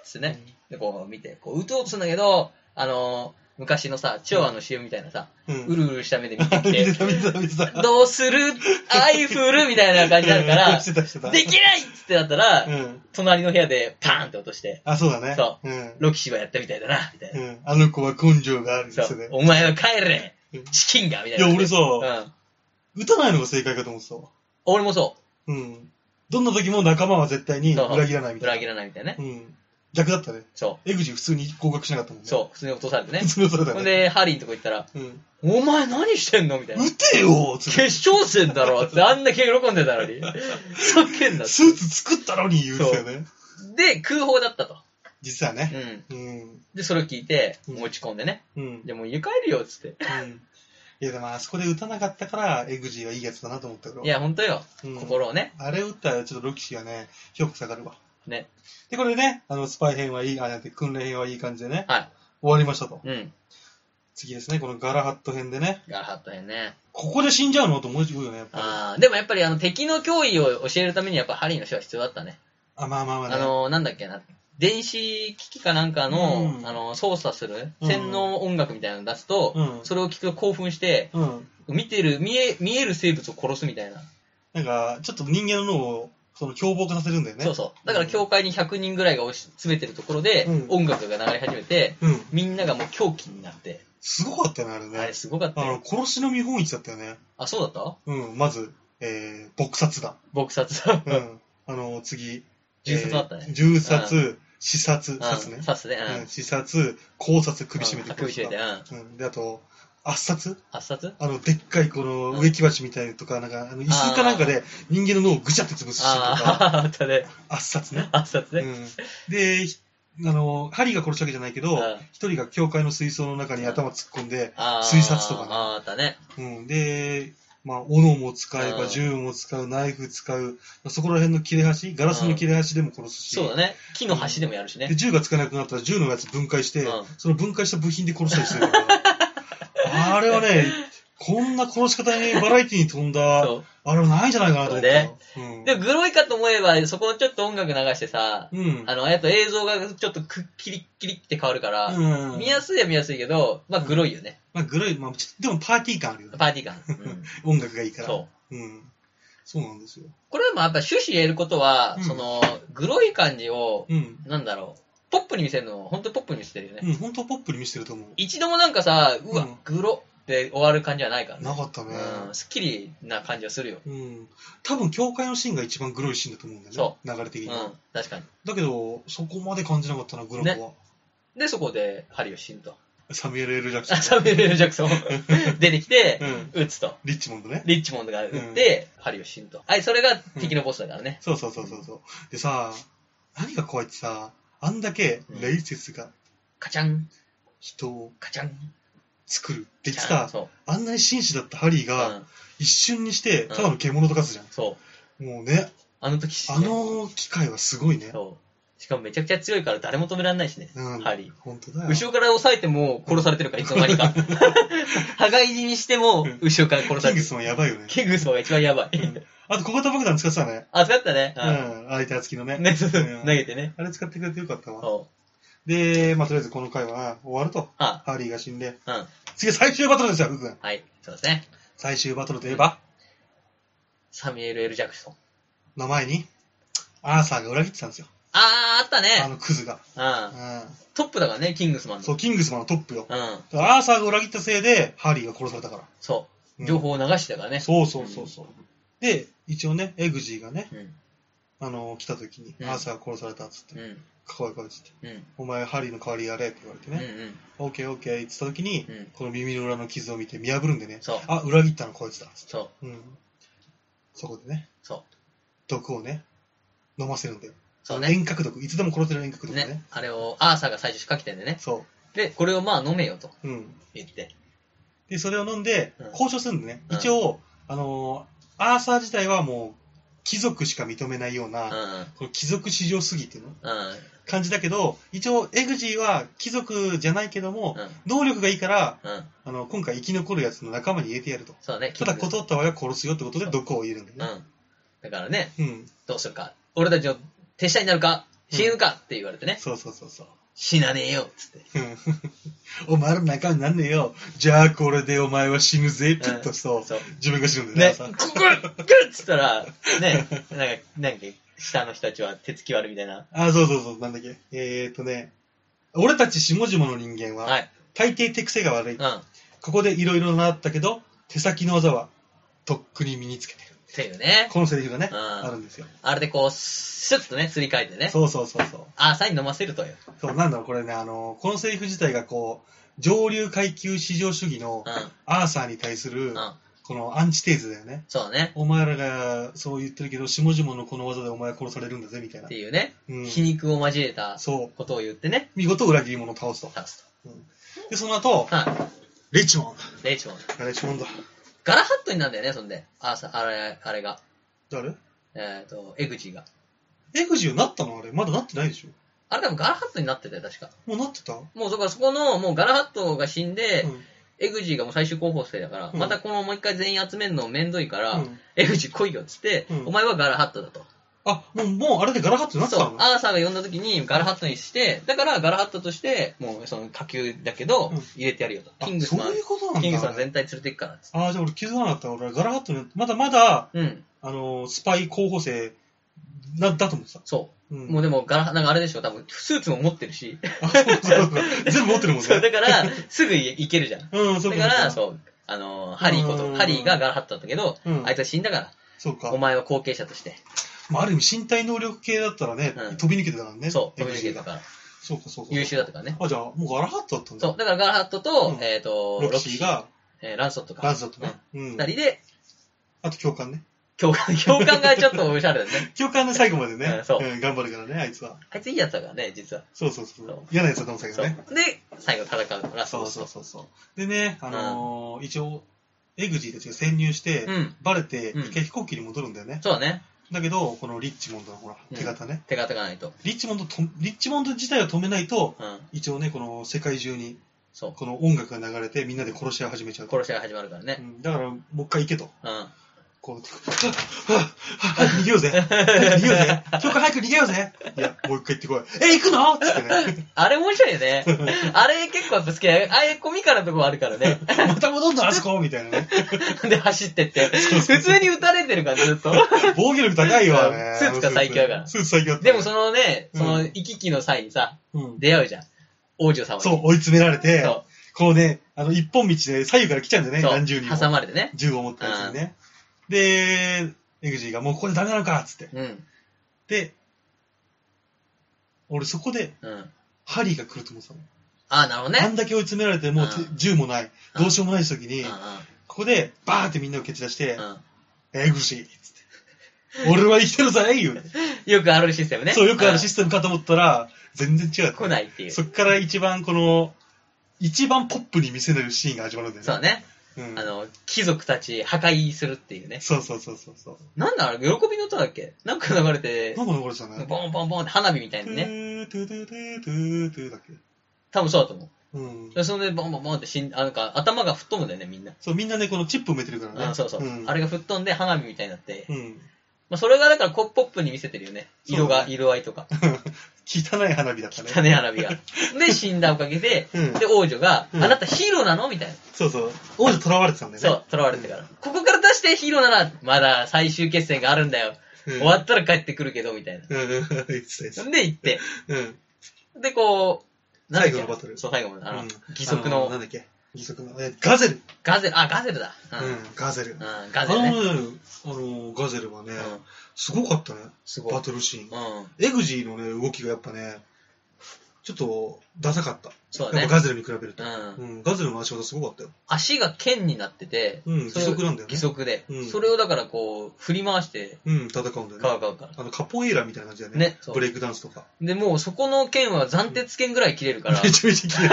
[SPEAKER 2] つってね。で、こう見て、こう撃とうとするんだけど、あのー昔のさ、チワワの CM みたいなさ、
[SPEAKER 3] う。
[SPEAKER 2] うんるうるした目で見て
[SPEAKER 3] あ
[SPEAKER 2] き
[SPEAKER 3] 見
[SPEAKER 2] て
[SPEAKER 3] て、た、見てた、見てた。
[SPEAKER 2] どうする愛振るみたいな感じになるか
[SPEAKER 3] うん
[SPEAKER 2] ら
[SPEAKER 3] し、てた、してた。
[SPEAKER 2] できないっつってなったら、
[SPEAKER 3] うん。
[SPEAKER 2] 隣の部屋でパーンって落として、
[SPEAKER 3] あ、そうだね。。
[SPEAKER 2] そう
[SPEAKER 3] うん。
[SPEAKER 2] ロキシはやったみたいだな、みたいな。
[SPEAKER 3] うん。あの子は根性があるんで
[SPEAKER 2] そ
[SPEAKER 3] すよね
[SPEAKER 2] う。。お前は帰れ
[SPEAKER 3] うん
[SPEAKER 2] チキンがみたい
[SPEAKER 3] い
[SPEAKER 2] な。
[SPEAKER 3] や、俺さ、
[SPEAKER 2] うん。
[SPEAKER 3] 打たないのが正解かと思ってたわ。
[SPEAKER 2] 俺もそ
[SPEAKER 3] うん。どんな時も仲間は絶対に
[SPEAKER 2] そう。
[SPEAKER 3] 裏切らないうみたいな。
[SPEAKER 2] 裏切らないみたいなね。
[SPEAKER 3] うん。逆だったね。
[SPEAKER 2] そ
[SPEAKER 3] エグジ普通に合格しなかったもん
[SPEAKER 2] う。
[SPEAKER 3] ね。
[SPEAKER 2] そう。普通に落とされてね
[SPEAKER 3] 普。通 にそれだ
[SPEAKER 2] ほ
[SPEAKER 3] よ
[SPEAKER 2] ん
[SPEAKER 3] ね。
[SPEAKER 2] で、ハリーのとこ行ったら、
[SPEAKER 3] うん。
[SPEAKER 2] お前何してんのみたいな。
[SPEAKER 3] 撃てよつって。
[SPEAKER 2] 決勝戦だろってあんだけ喜んでたのに。叫けんだって
[SPEAKER 3] スーツ作ったのに言うんですよね。
[SPEAKER 2] で、空砲だったと。
[SPEAKER 3] 実は
[SPEAKER 2] う
[SPEAKER 3] ね。
[SPEAKER 2] ん。
[SPEAKER 3] うん。
[SPEAKER 2] で、それを聞いて、
[SPEAKER 3] うん
[SPEAKER 2] 持ち込んでね。
[SPEAKER 3] うん。
[SPEAKER 2] でもう家帰るよ、つって。
[SPEAKER 3] うんいや、でもあそこで打たなかったから、エグジはいいやつだなと思ったけど。
[SPEAKER 2] いや、ほんとよ。
[SPEAKER 3] うん、
[SPEAKER 2] 心をね。
[SPEAKER 3] あれ打ったらちょっとロキシがね、評価下がるわ。
[SPEAKER 2] ね。
[SPEAKER 3] で、これでね、あの、スパイ編はいい、あ、なんて、訓練編はいい感じでね、
[SPEAKER 2] は
[SPEAKER 3] 終わりましたと。
[SPEAKER 2] い。うん。
[SPEAKER 3] 次ですね、このガラハット編でね、
[SPEAKER 2] ガラハットやね。
[SPEAKER 3] ここで死んじゃうのと思うよね、やっぱり。
[SPEAKER 2] あーでもやっぱりあの敵の脅威を教えるためにやっぱハリーの手は必要だったね。
[SPEAKER 3] あ、まあまあまあね。
[SPEAKER 2] あの、なんだっけな。電子機器かなんかの、
[SPEAKER 3] うん
[SPEAKER 2] あの、操作する、
[SPEAKER 3] うん
[SPEAKER 2] 洗脳音楽みたいなの出すと、
[SPEAKER 3] うん
[SPEAKER 2] それを聞くと興奮して、
[SPEAKER 3] うん。
[SPEAKER 2] 見てる、見え、見える生物を殺すみたいな。
[SPEAKER 3] なんか、ちょっと人間の脳を、その、凶暴化させるんだよね。
[SPEAKER 2] そうそう。だから教会に100人ぐらいが押し詰めてるところで、
[SPEAKER 3] うん
[SPEAKER 2] 音楽が流れ始めて、
[SPEAKER 3] う。うん。
[SPEAKER 2] みんながもう狂気になって、
[SPEAKER 3] すごかったよね、あれ
[SPEAKER 2] あれ
[SPEAKER 3] ね。
[SPEAKER 2] すごかった
[SPEAKER 3] あ
[SPEAKER 2] よ
[SPEAKER 3] の、。殺しの見本市だったよね。
[SPEAKER 2] あ、そうだった
[SPEAKER 3] うん、まず、えー、撲殺だ。
[SPEAKER 2] 撲殺 さ。
[SPEAKER 3] うん。あの、次。
[SPEAKER 2] 銃殺だったね
[SPEAKER 3] えー銃殺、
[SPEAKER 2] う
[SPEAKER 3] 刺殺、
[SPEAKER 2] うん
[SPEAKER 3] 殺ね。
[SPEAKER 2] 殺すね。う
[SPEAKER 3] うんん、。刺殺、考察、首絞めて
[SPEAKER 2] うん首絞めて、
[SPEAKER 3] 殺
[SPEAKER 2] うん。
[SPEAKER 3] したうん。で、あと、圧殺
[SPEAKER 2] 圧殺
[SPEAKER 3] あの、でっかいこの植木鉢みたいなとか、なんか、あの椅子かなんかで人間の脳をぐちゃって潰すシーンとか、
[SPEAKER 2] ああー、あったね。
[SPEAKER 3] 圧 殺ね。
[SPEAKER 2] 圧殺
[SPEAKER 3] う
[SPEAKER 2] ね。
[SPEAKER 3] ん。で、ひあの、針が殺したわけじゃないけど、
[SPEAKER 2] うん
[SPEAKER 3] 一人が教会の水槽の中に頭突っ込んで、
[SPEAKER 2] あー
[SPEAKER 3] 水殺とかね
[SPEAKER 2] あーあったね。
[SPEAKER 3] うん、で、まあ、斧も使え
[SPEAKER 2] う
[SPEAKER 3] ば、
[SPEAKER 2] ん
[SPEAKER 3] 銃も使う、ナイフ使う、そこら辺の切れ端、ガラスの切れ端でも殺すし、
[SPEAKER 2] そうだね。木の橋でもやるし
[SPEAKER 3] で
[SPEAKER 2] ね。
[SPEAKER 3] 銃が使えなくなったら銃のやつ分解して、
[SPEAKER 2] うん
[SPEAKER 3] その分解した部品で殺したりしてるから あれはね、こんな殺し方にバラエティに飛んだ、
[SPEAKER 2] そ
[SPEAKER 3] あれはないんじゃないかなと思ったよ。
[SPEAKER 2] う。で、グロいかと思えば、そこをちょっと音楽流してさ、
[SPEAKER 3] うん。うん。
[SPEAKER 2] あの、あと映像がちょっとくっきりキリって変わるから、
[SPEAKER 3] うん。
[SPEAKER 2] 見やすいは見やすいけど、まあ、グロいよね。
[SPEAKER 3] まあ、グロい、まあ、ちょでもパーティー感あるよね。
[SPEAKER 2] パーティー感。うん
[SPEAKER 3] 音楽がいいから。
[SPEAKER 2] そう。
[SPEAKER 3] う。ん。そうなんですよ。
[SPEAKER 2] これはまあ、やっぱ趣旨言えることは
[SPEAKER 3] うん、
[SPEAKER 2] その、グロい感じを、
[SPEAKER 3] うん。
[SPEAKER 2] なんだろう、ポップに見せるの、本当ポップに見せてるよ
[SPEAKER 3] う
[SPEAKER 2] ね。
[SPEAKER 3] ん、本当ポップに見せてると思う。
[SPEAKER 2] 一度もなんかさ、う
[SPEAKER 3] う
[SPEAKER 2] わ
[SPEAKER 3] ん、
[SPEAKER 2] グロって終わる感じはないからね
[SPEAKER 3] な。かったね。
[SPEAKER 2] うん、すっきりな感じはするよ。
[SPEAKER 3] うん。多分、教会のシーンが一番グロいシーンだと思うんだよ
[SPEAKER 2] そ
[SPEAKER 3] ね。流れ的
[SPEAKER 2] う
[SPEAKER 3] に
[SPEAKER 2] ん
[SPEAKER 3] は。、
[SPEAKER 2] 確かに。
[SPEAKER 3] だけど、そこまで感じなかったな、グロは。
[SPEAKER 2] で、そこで、針を死ぬと。
[SPEAKER 3] サミュエル・エル・ジャクソン。
[SPEAKER 2] サミュエル・ L ジャク ソン出てきて、
[SPEAKER 3] うん。
[SPEAKER 2] 撃つと。
[SPEAKER 3] リッチモンドね。
[SPEAKER 2] リッチモンドが撃って、針を死ぬと。あい、それが敵のボスだからね。
[SPEAKER 3] そうそうそうそうそう。でさ、何が怖いってさ、あんだけ
[SPEAKER 2] うん
[SPEAKER 3] レイセスが
[SPEAKER 2] カチャン、
[SPEAKER 3] 人を
[SPEAKER 2] カチャン。
[SPEAKER 3] 作るって
[SPEAKER 2] カチャン
[SPEAKER 3] さ、
[SPEAKER 2] そう。
[SPEAKER 3] あんなに紳士だったハリー
[SPEAKER 2] う
[SPEAKER 3] が、
[SPEAKER 2] ん
[SPEAKER 3] 一瞬にして、
[SPEAKER 2] ん
[SPEAKER 3] ただの獣と化すじゃん。
[SPEAKER 2] そう。
[SPEAKER 3] もうね、
[SPEAKER 2] あの時死
[SPEAKER 3] あ
[SPEAKER 2] ね
[SPEAKER 3] の機械はすごいね。
[SPEAKER 2] そう。しかもめちゃくちゃ強いから誰も止められないしね。
[SPEAKER 3] うん。
[SPEAKER 2] ハリー。
[SPEAKER 3] 本当だよ。
[SPEAKER 2] 後ろから押さえても殺されてるから、いつの間にか。羽がいにしても
[SPEAKER 3] うん、
[SPEAKER 2] 後ろから殺されて
[SPEAKER 3] キング
[SPEAKER 2] る。
[SPEAKER 3] スマンやばいよね。
[SPEAKER 2] キングスマンが一番やば
[SPEAKER 3] う
[SPEAKER 2] い。
[SPEAKER 3] んあと小型爆弾使ってたね。
[SPEAKER 2] あ、そうだったね
[SPEAKER 3] う。ん。相手付きのね。
[SPEAKER 2] ね、そうそう
[SPEAKER 3] うん
[SPEAKER 2] 投げてね。
[SPEAKER 3] あれ使ってくれてよかったわ。
[SPEAKER 2] そう。
[SPEAKER 3] で、まあ、とりあえずこの回は終わると。
[SPEAKER 2] あ、
[SPEAKER 3] ハリーが死んで。
[SPEAKER 2] うん。
[SPEAKER 3] 次は最終バトルですよ、福君。
[SPEAKER 2] はい。そうですね。
[SPEAKER 3] 最終バトルといえば、
[SPEAKER 2] サミュエル・ L ・ジャクソン。
[SPEAKER 3] 名前に、アーサーが裏切ってたんですよ。
[SPEAKER 2] あー、あった
[SPEAKER 3] あ
[SPEAKER 2] ね。
[SPEAKER 3] のクズが。
[SPEAKER 2] うん。
[SPEAKER 3] う
[SPEAKER 2] トップだからね、キングスマン
[SPEAKER 3] ん。
[SPEAKER 2] の。
[SPEAKER 3] そう、キングスマンのトップよ。
[SPEAKER 2] うん。
[SPEAKER 3] だからアーサーが裏切ったせいで、ハリーが殺されたから。
[SPEAKER 2] そ
[SPEAKER 3] うん
[SPEAKER 2] う。情報を流してたからね。
[SPEAKER 3] そうそうそうそう。で、一応ね、エグジーがね、
[SPEAKER 2] うん。
[SPEAKER 3] あの、来た時に、
[SPEAKER 2] うん
[SPEAKER 3] アーサーが殺されたっつって、
[SPEAKER 2] うん。
[SPEAKER 3] かわいいかわいいっつって、
[SPEAKER 2] うん。
[SPEAKER 3] お前ハリーの代わりやれって言われて
[SPEAKER 2] うん。う
[SPEAKER 3] ね、
[SPEAKER 2] ん。
[SPEAKER 3] オッケーオッケーって言った時に、
[SPEAKER 2] うん
[SPEAKER 3] この耳の裏の傷を見て見破るんでね、
[SPEAKER 2] そう。
[SPEAKER 3] あ、裏切ったのこいつだっつって。
[SPEAKER 2] そ
[SPEAKER 3] うん。そこでね、
[SPEAKER 2] そう。
[SPEAKER 3] 毒をね、飲ませるんだよ。
[SPEAKER 2] そうね。
[SPEAKER 3] 遠隔毒、いつでも殺せる遠隔毒ね。
[SPEAKER 2] ね。あれを、アーサーが最初仕掛けてんでね。
[SPEAKER 3] そ
[SPEAKER 2] で、これをまあ飲めよと
[SPEAKER 3] う。うん。
[SPEAKER 2] 言って。
[SPEAKER 3] で、それを飲んで
[SPEAKER 2] うん、
[SPEAKER 3] 交渉するんだね。
[SPEAKER 2] うん
[SPEAKER 3] 一応、あのーアーサー自体はもう、貴族しか認めないよう
[SPEAKER 2] うん。う
[SPEAKER 3] な、
[SPEAKER 2] ん。
[SPEAKER 3] この貴族至上主義っていうの感じだけど、一応、エグジーは貴族じゃないけども、
[SPEAKER 2] うん。
[SPEAKER 3] 能力がいいから、
[SPEAKER 2] うん。
[SPEAKER 3] あの、今回生き残るやつの仲間に入れてやると。
[SPEAKER 2] そうね。
[SPEAKER 3] ただ断った場合は殺すよってことで毒を入れるん
[SPEAKER 2] う
[SPEAKER 3] だよね。
[SPEAKER 2] ん。だからね、
[SPEAKER 3] うん。
[SPEAKER 2] どうするか。俺たちの手下になるか、死ぬかって言われてね。
[SPEAKER 3] そうそうそうそう。
[SPEAKER 2] 死なねえよ、つって。
[SPEAKER 3] お前らの仲間になん ねえよ。じゃあこれでお前は死ぬぜ。ちょっとそう。
[SPEAKER 2] そう。
[SPEAKER 3] 自分が死ぬんだ
[SPEAKER 2] ね
[SPEAKER 3] よ、
[SPEAKER 2] グ
[SPEAKER 3] ね。
[SPEAKER 2] ッグッグッつったら、ね、なんか、なんか、下の人たちは手つき悪いみたいな。
[SPEAKER 3] あ、そうそうそう。なんだっけ。えーっとね。俺たち下々の人間は、
[SPEAKER 2] はい。
[SPEAKER 3] 大抵手癖が悪い。
[SPEAKER 2] うん。っ
[SPEAKER 3] ここでいろいろ習ったけど、手先の技は、とっくに身につけてる。
[SPEAKER 2] ていうね。
[SPEAKER 3] このセリフがね、
[SPEAKER 2] うん
[SPEAKER 3] あるんですよ。
[SPEAKER 2] あれでこう、スッとね、すり替えてね。
[SPEAKER 3] そうそうそうそう。
[SPEAKER 2] あーサイン飲ませるという。
[SPEAKER 3] そう、なんだろう、これね、あの、このセリフ自体がこう、上流階級至上主義の
[SPEAKER 2] う
[SPEAKER 3] アーサーに対する
[SPEAKER 2] ん。う、ん。
[SPEAKER 3] このアンチテーゼだよね。
[SPEAKER 2] そうね。
[SPEAKER 3] お前らがそう言ってるけど、下々のこの技でお前は殺されるんだぜ、みたい
[SPEAKER 2] っ
[SPEAKER 3] な
[SPEAKER 2] て。いうね。
[SPEAKER 3] うん。
[SPEAKER 2] 皮肉を交えた
[SPEAKER 3] そう。
[SPEAKER 2] ことを言ってね。
[SPEAKER 3] 見事裏切り者を倒すと。
[SPEAKER 2] 倒す
[SPEAKER 3] で、その後
[SPEAKER 2] と。、は
[SPEAKER 3] レチモン。
[SPEAKER 2] い。レイチョン。
[SPEAKER 3] レチモンだ。
[SPEAKER 2] ガラハットになんだよね、そんで。あーさ、あれ、あれが。
[SPEAKER 3] 誰
[SPEAKER 2] えっ、と、エグジーが。
[SPEAKER 3] エグジーはなったのあれまだなってないでしょ
[SPEAKER 2] あれ多分ガラハットになってたよ、確か。
[SPEAKER 3] もうなってたうん。
[SPEAKER 2] もう、だからそこの、もうガラハットが死んで、エグジーがもう最終候補生だから、
[SPEAKER 3] うん
[SPEAKER 2] またこのもう一回全員集めるのめんどいから、
[SPEAKER 3] うん
[SPEAKER 2] エグジー来いよっつって、
[SPEAKER 3] うん
[SPEAKER 2] お前はガラハットだと。
[SPEAKER 3] あ、もう、もうあれでガラハットになって
[SPEAKER 2] そ
[SPEAKER 3] た
[SPEAKER 2] う
[SPEAKER 3] の、
[SPEAKER 2] アーサーが呼んだ時にガラハットにして、だからガラハットとして、もうその下級だけど
[SPEAKER 3] うん、
[SPEAKER 2] 入れてやるよと。
[SPEAKER 3] あ
[SPEAKER 2] キングスマ
[SPEAKER 3] そういうことなんだ。
[SPEAKER 2] ン、キングスマン全体連れてくからっつって。
[SPEAKER 3] ああ、じゃあ俺気づかなかった。俺はガラハットになって、まだまだ、
[SPEAKER 2] うん、
[SPEAKER 3] あのースパイ候補生なだと思ってた。
[SPEAKER 2] そうう。
[SPEAKER 3] ん。
[SPEAKER 2] もうでもガラハ、なんかあれでしょ、多分スーツも持ってるし。
[SPEAKER 3] あそうそうそう全部持ってるも ん
[SPEAKER 2] そう、
[SPEAKER 3] ね。
[SPEAKER 2] だから、すぐ行けるじゃん。
[SPEAKER 3] うん、そう
[SPEAKER 2] だ
[SPEAKER 3] い
[SPEAKER 2] か
[SPEAKER 3] うこと
[SPEAKER 2] ら、そう、あのー、ハリーこと、
[SPEAKER 3] うん
[SPEAKER 2] ハリーがガラハットだったけど、
[SPEAKER 3] うん
[SPEAKER 2] あいつは死んだから、
[SPEAKER 3] そうか
[SPEAKER 2] お。前は後継者として、
[SPEAKER 3] まあ、ある意味身体能力系だったらね、
[SPEAKER 2] うん
[SPEAKER 3] 飛び抜けてたからね。
[SPEAKER 2] そう、
[SPEAKER 3] エ
[SPEAKER 2] 飛
[SPEAKER 3] グ
[SPEAKER 2] び抜
[SPEAKER 3] ジ
[SPEAKER 2] け
[SPEAKER 3] ー
[SPEAKER 2] た
[SPEAKER 3] が
[SPEAKER 2] から、
[SPEAKER 3] そうか、そうか。
[SPEAKER 2] 優秀だったからね。
[SPEAKER 3] あ、じゃあ、もうガラハットだったんだ。
[SPEAKER 2] そう、だからガラハットと、
[SPEAKER 3] うん
[SPEAKER 2] えっと、
[SPEAKER 3] ロッキーが、
[SPEAKER 2] えーランソットか。
[SPEAKER 3] ランソットね。う
[SPEAKER 2] うんん。二人で、
[SPEAKER 3] あと教官ね。
[SPEAKER 2] 共感、共感がちょっとおしゃれだね。
[SPEAKER 3] 教官ね、最後まで
[SPEAKER 2] う
[SPEAKER 3] ね
[SPEAKER 2] ん。そう
[SPEAKER 3] 頑張るからね、あいつは。
[SPEAKER 2] あいついいやつだからね、実は。
[SPEAKER 3] そうそうそ
[SPEAKER 2] そう
[SPEAKER 3] う。嫌なやつだと思ってたけ
[SPEAKER 2] そ
[SPEAKER 3] ど
[SPEAKER 2] う。
[SPEAKER 3] ね。
[SPEAKER 2] で、最後戦う、ラス
[SPEAKER 3] そ
[SPEAKER 2] ボ
[SPEAKER 3] う
[SPEAKER 2] ス
[SPEAKER 3] そう
[SPEAKER 2] と。
[SPEAKER 3] そうそう。でね、あのー、一応、エグジーたちが潜入して、
[SPEAKER 2] うん。
[SPEAKER 3] バレて、
[SPEAKER 2] うん
[SPEAKER 3] 一回飛行機に戻るんだよね。
[SPEAKER 2] そうだね。
[SPEAKER 3] だけど、このリッチモンドのほら、手形ね。
[SPEAKER 2] 手がたかないと。
[SPEAKER 3] リッチモンドと、リッチモンド自体を止めないと、
[SPEAKER 2] うん。
[SPEAKER 3] 一応ね、この世界中に、
[SPEAKER 2] そう。
[SPEAKER 3] この音楽が流れて、みんなで殺し合い始めちゃうと。
[SPEAKER 2] 殺し合い始まるから
[SPEAKER 3] う
[SPEAKER 2] ね。
[SPEAKER 3] ん、だから、もう一回行けと。
[SPEAKER 2] うん。
[SPEAKER 3] こう、はっはっはっ逃げようぜ。早く逃げようぜ。教官早く逃げようぜ。いや、もう一回行ってこい。え、行くのつって ね。
[SPEAKER 2] あれ面白いよ ね。あれ結構やっぱ好きだよ。ああいうコミカルなとこあるからね。
[SPEAKER 3] また戻んのあそこみたいなね。
[SPEAKER 2] で、走ってって。普通に撃たれてるから、ずっ と。
[SPEAKER 3] 防御力高いわね。
[SPEAKER 2] スーツが最強やから
[SPEAKER 3] スーツ最強だったね
[SPEAKER 2] でもそのね、その行き来の際にさ、
[SPEAKER 3] うん
[SPEAKER 2] 出会うじゃん。王女様に。
[SPEAKER 3] そう、追い詰められて、
[SPEAKER 2] そ
[SPEAKER 3] こうね、あの、一本道で左右から来ちゃうんだよ
[SPEAKER 2] う。
[SPEAKER 3] ね、
[SPEAKER 2] そう
[SPEAKER 3] 何十人も。
[SPEAKER 2] 挟まれてね。
[SPEAKER 3] 銃を持ったやつにね。で、エグジーがもうこれダメなのかっつって。
[SPEAKER 2] うん。
[SPEAKER 3] で、俺そこで
[SPEAKER 2] うん。
[SPEAKER 3] ハリーが来ると思ってたの。
[SPEAKER 2] ああ、なるほどね。
[SPEAKER 3] あんだけ追い詰められてもう手
[SPEAKER 2] うん
[SPEAKER 3] 銃もない、
[SPEAKER 2] うん
[SPEAKER 3] どうしようもない時に、
[SPEAKER 2] う
[SPEAKER 3] ここでバーンってみんなを蹴散らして
[SPEAKER 2] ん、うんうん。
[SPEAKER 3] エグジーっつって。 俺は生きてるぞ、いよ。
[SPEAKER 2] よくあるシステムね。
[SPEAKER 3] そう、よくあるシ
[SPEAKER 2] ス
[SPEAKER 3] ステムかと思ったら、全然違
[SPEAKER 2] テ
[SPEAKER 3] う。
[SPEAKER 2] ム。来ないっていう。そ
[SPEAKER 3] そっから一番この、一番ポップに見せれるシーンが始まるんだよね。
[SPEAKER 2] うね。
[SPEAKER 3] うん
[SPEAKER 2] あの、貴族たち破壊するっていうね。
[SPEAKER 3] そうそうそうそうそう。
[SPEAKER 2] なんだあれ、喜びの歌だっけなんか流れて、
[SPEAKER 3] なんか流れてたね。
[SPEAKER 2] ボンボンボンって花火みた
[SPEAKER 3] ト
[SPEAKER 2] いな
[SPEAKER 3] ゥ
[SPEAKER 2] ね。
[SPEAKER 3] ートゥートゥートゥートゥートゥーだっけ
[SPEAKER 2] 多分そうだと思う。
[SPEAKER 3] うん。
[SPEAKER 2] でそれでボンボンボンって死ん、あなんか頭が吹っ飛ぶんだよね、みんな。
[SPEAKER 3] そう、みんなね、このチップ埋めてるから
[SPEAKER 2] う
[SPEAKER 3] ね。
[SPEAKER 2] ん、そうそう。
[SPEAKER 3] ん
[SPEAKER 2] あれが吹っ飛んで花火みたいになって。
[SPEAKER 3] うん。
[SPEAKER 2] まあ、それがだからコップポップに見せてるよね。色
[SPEAKER 3] そ
[SPEAKER 2] が、
[SPEAKER 3] うだね
[SPEAKER 2] 色合いとか。
[SPEAKER 3] 汚い花火だったね。
[SPEAKER 2] 汚い花火が。で、死んだおかげで、
[SPEAKER 3] うん
[SPEAKER 2] で、王女が、
[SPEAKER 3] うん
[SPEAKER 2] あなたヒーローなのみたいな。
[SPEAKER 3] そうそう。王女囚われてたんだよね。
[SPEAKER 2] そう、囚われてから。ここから出してヒーローなら、まだ最終決戦があるんだよ。
[SPEAKER 3] うん。
[SPEAKER 2] 終わったら帰ってくるけど、みたいな。
[SPEAKER 3] うんうん。言ってた言ってた
[SPEAKER 2] で、行って。
[SPEAKER 3] うん。
[SPEAKER 2] で、こう、なんだっけ
[SPEAKER 3] 最後のバトル
[SPEAKER 2] そう、最後の、あの、
[SPEAKER 3] うん
[SPEAKER 2] 義足
[SPEAKER 3] あな
[SPEAKER 2] の、
[SPEAKER 3] んだっけ義足の。えガゼル。
[SPEAKER 2] ガゼル、あ、ガゼルだ。う。
[SPEAKER 3] うん
[SPEAKER 2] うん、
[SPEAKER 3] ん、ガゼル。
[SPEAKER 2] ガゼルね。
[SPEAKER 3] あのね、あの、ガゼルはね
[SPEAKER 2] う、ん、
[SPEAKER 3] すごかったね。
[SPEAKER 2] すごい
[SPEAKER 3] バ。トルシーン
[SPEAKER 2] う。ん。
[SPEAKER 3] エグジーのね、動きがやっぱね、ちょっと、ダサかった。
[SPEAKER 2] そう
[SPEAKER 3] や
[SPEAKER 2] だ
[SPEAKER 3] っ
[SPEAKER 2] ね
[SPEAKER 3] ぱ。ガゼルに比べる
[SPEAKER 2] う
[SPEAKER 3] と。
[SPEAKER 2] ん。
[SPEAKER 3] うん、ガゼルの足技すごかったよ。
[SPEAKER 2] 足が剣になってて、
[SPEAKER 3] うん、義
[SPEAKER 2] それ
[SPEAKER 3] 足なんだよね
[SPEAKER 2] 義。足で、
[SPEAKER 3] うん
[SPEAKER 2] それをだからこう、振り回して、
[SPEAKER 3] うん、戦うんだよね
[SPEAKER 2] ガ。ーガーガ
[SPEAKER 3] あの、カポエイラみたいな感じだよ
[SPEAKER 2] ー。
[SPEAKER 3] ね。
[SPEAKER 2] ね、そう
[SPEAKER 3] ブレイクダンスとか。
[SPEAKER 2] で、もうそこの剣は斬鉄剣ぐらい切れるから、
[SPEAKER 3] めちゃめちゃ切れ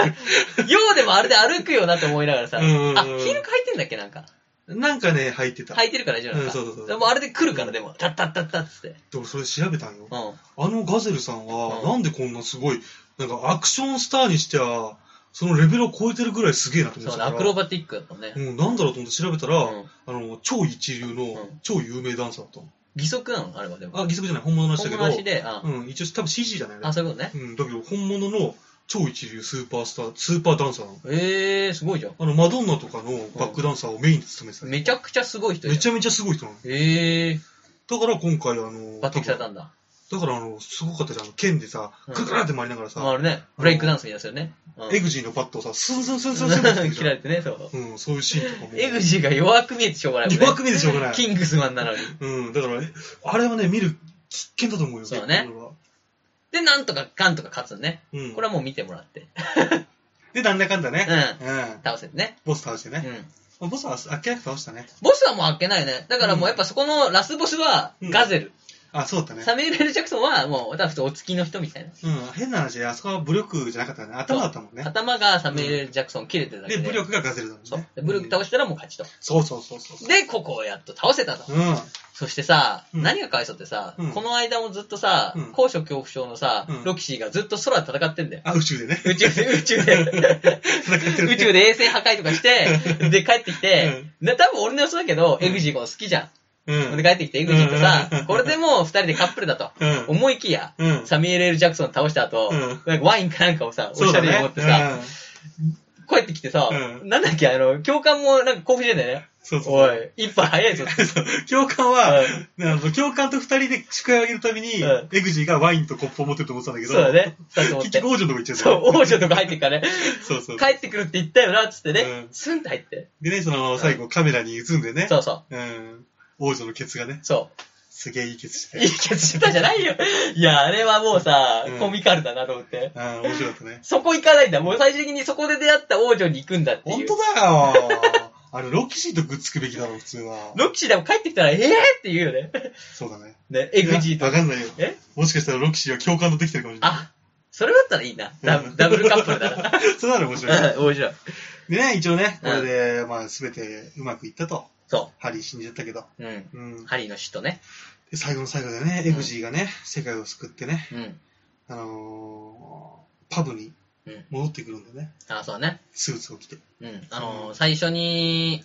[SPEAKER 3] る。
[SPEAKER 2] ようでもあれで歩くよなって思いながらさ、あ、
[SPEAKER 3] うん
[SPEAKER 2] ヒ
[SPEAKER 3] うんうん
[SPEAKER 2] ールか入ってんだっ けなんか。
[SPEAKER 3] なんかね、入ってた。
[SPEAKER 2] 履いてるからじゃな
[SPEAKER 3] う
[SPEAKER 2] い
[SPEAKER 3] ん、
[SPEAKER 2] か。
[SPEAKER 3] そうそう
[SPEAKER 2] で
[SPEAKER 3] そう。
[SPEAKER 2] もあれで来るから、でも、タッタッタッタッつって。
[SPEAKER 3] でもそれ調べたんよ。
[SPEAKER 2] うん。
[SPEAKER 3] あのガゼルさんは、
[SPEAKER 2] うん
[SPEAKER 3] なんでこんなすごい、なんかアクションスターにしては、そのレベルを超えてるぐらいすげえなって思っ
[SPEAKER 2] そう
[SPEAKER 3] て
[SPEAKER 2] ね、
[SPEAKER 3] た
[SPEAKER 2] ア
[SPEAKER 3] か
[SPEAKER 2] ク
[SPEAKER 3] ら。
[SPEAKER 2] ロバティックだったね。
[SPEAKER 3] うん、なんだろうと思って調べたら、
[SPEAKER 2] うん。
[SPEAKER 3] あの、超一流
[SPEAKER 2] う
[SPEAKER 3] の
[SPEAKER 2] ん、
[SPEAKER 3] 超有名ダンサーだったの。
[SPEAKER 2] 義足なのあれはでも。
[SPEAKER 3] あ、義足じゃない、本物の人だけ
[SPEAKER 2] 本
[SPEAKER 3] ど、
[SPEAKER 2] 物足で、あ、
[SPEAKER 3] うん、一応多分 CG じゃないね
[SPEAKER 2] あ、。そういうことね。
[SPEAKER 3] うん、だけど本物の超一流スーパースター、スーパーダンサーなの。
[SPEAKER 2] えー、すごいじゃん。
[SPEAKER 3] あの、マドンナとかのバックダンサーをメインで務めてた、
[SPEAKER 2] めちゃくちゃすごい人
[SPEAKER 3] めち
[SPEAKER 2] ゃ
[SPEAKER 3] ゃめちゃすごい人なの。
[SPEAKER 2] えー、
[SPEAKER 3] だから今回、あの、
[SPEAKER 2] 抜擢された
[SPEAKER 3] 多分
[SPEAKER 2] んだ。
[SPEAKER 3] だからあの、すごかったじゃん。あの剣でさ、
[SPEAKER 2] う
[SPEAKER 3] ク
[SPEAKER 2] ん
[SPEAKER 3] クルって回りながらさ、
[SPEAKER 2] まあ、あれね、ブレイクダンスになったよね。うん
[SPEAKER 3] エグジーのバットをさ、スンスンスンスンスンっ てやってる
[SPEAKER 2] 切
[SPEAKER 3] じゃ
[SPEAKER 2] ら
[SPEAKER 3] ん
[SPEAKER 2] れてね、そう。
[SPEAKER 3] うん、そういうシーンとかも。
[SPEAKER 2] エグジーが弱く見えてしょうがないもんね。
[SPEAKER 3] 弱く見えてしょうがない。
[SPEAKER 2] キングスマンなのに。
[SPEAKER 3] うん、だから、えあれはね、見る必見だと思うよ。
[SPEAKER 2] そうね
[SPEAKER 3] 結構
[SPEAKER 2] で、なんとかガンとか勝つのね。
[SPEAKER 3] 俺は。うん。
[SPEAKER 2] これはもう見てもらって。
[SPEAKER 3] で、なんだかんだ
[SPEAKER 2] う
[SPEAKER 3] ね。
[SPEAKER 2] ん。
[SPEAKER 3] うん。
[SPEAKER 2] 倒せてね。
[SPEAKER 3] ボス倒して
[SPEAKER 2] う
[SPEAKER 3] ね。
[SPEAKER 2] ん。
[SPEAKER 3] まあボスはあっけなく倒したね。
[SPEAKER 2] ボスはもう開けないね。だからもうやっぱそこのラスボスは
[SPEAKER 3] うん
[SPEAKER 2] ガゼル。
[SPEAKER 3] あ、そうだったね。
[SPEAKER 2] サミュエル・エル・ジャクソンはもう私お付きの人みたいな。
[SPEAKER 3] うん、変な話で、あそこは武力じゃなかったね。頭だったもんね。
[SPEAKER 2] 頭がサミュエル・エル・ジャクソン切れてるだけ
[SPEAKER 3] で、
[SPEAKER 2] で。
[SPEAKER 3] 武力がガゼルだも
[SPEAKER 2] そ
[SPEAKER 3] ん
[SPEAKER 2] う
[SPEAKER 3] ね。。
[SPEAKER 2] で武力倒したらもう勝ちと。
[SPEAKER 3] そうそうそうそう。
[SPEAKER 2] で、ここをやっと倒せたと。
[SPEAKER 3] うん。
[SPEAKER 2] そしてさ、
[SPEAKER 3] うん
[SPEAKER 2] 何がかわいそうってさ
[SPEAKER 3] うん、
[SPEAKER 2] この間もずっとさ
[SPEAKER 3] うん、
[SPEAKER 2] 高所恐怖症のさ
[SPEAKER 3] うん、
[SPEAKER 2] ロキシーがずっと空で戦ってんだよ。
[SPEAKER 3] あ、宇宙でね。
[SPEAKER 2] 宇宙 で、宇宙で。
[SPEAKER 3] 戦 ってるね。
[SPEAKER 2] 宇宙で衛星破壊とか して、で帰ってきて、で多分俺の予想だけど、
[SPEAKER 3] うん
[SPEAKER 2] エグジーこの好きじゃ。
[SPEAKER 3] うんん
[SPEAKER 2] で。帰ってきてエグジーとさ
[SPEAKER 3] うん、
[SPEAKER 2] これでもう二人でカップルだと。
[SPEAKER 3] うん。
[SPEAKER 2] 思いきや、
[SPEAKER 3] うん。
[SPEAKER 2] サミュエル・エル・ジャクソン倒した後、
[SPEAKER 3] うん
[SPEAKER 2] なんかワインかなんかをさ、おしゃれに持ってさ、
[SPEAKER 3] うん
[SPEAKER 2] こうやって来てさ、
[SPEAKER 3] う
[SPEAKER 2] なんだっけ、あの、教官もなんか興奮してんだよね。
[SPEAKER 3] そうそう
[SPEAKER 2] お
[SPEAKER 3] そう。
[SPEAKER 2] い、一杯早いぞって。
[SPEAKER 3] 教官
[SPEAKER 2] う
[SPEAKER 3] は、
[SPEAKER 2] ん
[SPEAKER 3] ねあの教官と二人で宿題をあげるために、
[SPEAKER 2] うん
[SPEAKER 3] エグジーがワインとコップを持ってると思ってたんだけど、
[SPEAKER 2] そうだね。そうと思っ
[SPEAKER 3] 結
[SPEAKER 2] て
[SPEAKER 3] 局。王女のとこ行っちゃう
[SPEAKER 2] そ、
[SPEAKER 3] そう
[SPEAKER 2] 王女とか入ってっからね、
[SPEAKER 3] そうそう
[SPEAKER 2] 帰ってくるって言ったよな、つってね、
[SPEAKER 3] うん
[SPEAKER 2] スンって入って。
[SPEAKER 3] でね、その最後カメラに映んでね、
[SPEAKER 2] そうそう。
[SPEAKER 3] うん、王女のケツがね、
[SPEAKER 2] そ
[SPEAKER 3] すげえいいケツし
[SPEAKER 2] う。
[SPEAKER 3] て
[SPEAKER 2] いい、ケツしてたじゃないよ。いや、あれはもうさ、
[SPEAKER 3] うん
[SPEAKER 2] コミカルだなと思って。
[SPEAKER 3] ああ、面白かったね。
[SPEAKER 2] そこ行かないんだ。もう最終的にそこで出会った王女に行くんだってい
[SPEAKER 3] 本
[SPEAKER 2] う
[SPEAKER 3] 当。だよあれ、ロキシーとくっつくべきだろ、普通は。
[SPEAKER 2] ロキシーでも帰ってきたら、ええーって言うよね。
[SPEAKER 3] そうだね。
[SPEAKER 2] ね、エグジー
[SPEAKER 3] いや
[SPEAKER 2] と
[SPEAKER 3] わ。かんないよ。
[SPEAKER 2] え
[SPEAKER 3] もしかしたらロキシーは共感とできてるかもしれない。
[SPEAKER 2] あ、それだったらいいな。ダブダブルカップルだな。
[SPEAKER 3] そうなら面
[SPEAKER 2] うん
[SPEAKER 3] 白い。
[SPEAKER 2] 面白い。
[SPEAKER 3] でね、一応ね、これで、まあ、すべてうまくいったと。
[SPEAKER 2] そ
[SPEAKER 3] ハリー死んじゃったけど。
[SPEAKER 2] う。うん。
[SPEAKER 3] うん。
[SPEAKER 2] ハリーの死とね。
[SPEAKER 3] で最後の最後でね、エグジーがね、世界を救ってね、
[SPEAKER 2] うん。
[SPEAKER 3] あのーパブに
[SPEAKER 2] うん
[SPEAKER 3] 戻ってくるんだよね。
[SPEAKER 2] あ、そうだね。
[SPEAKER 3] スーツを着て。
[SPEAKER 2] うん。あのー
[SPEAKER 3] うん
[SPEAKER 2] 最初に、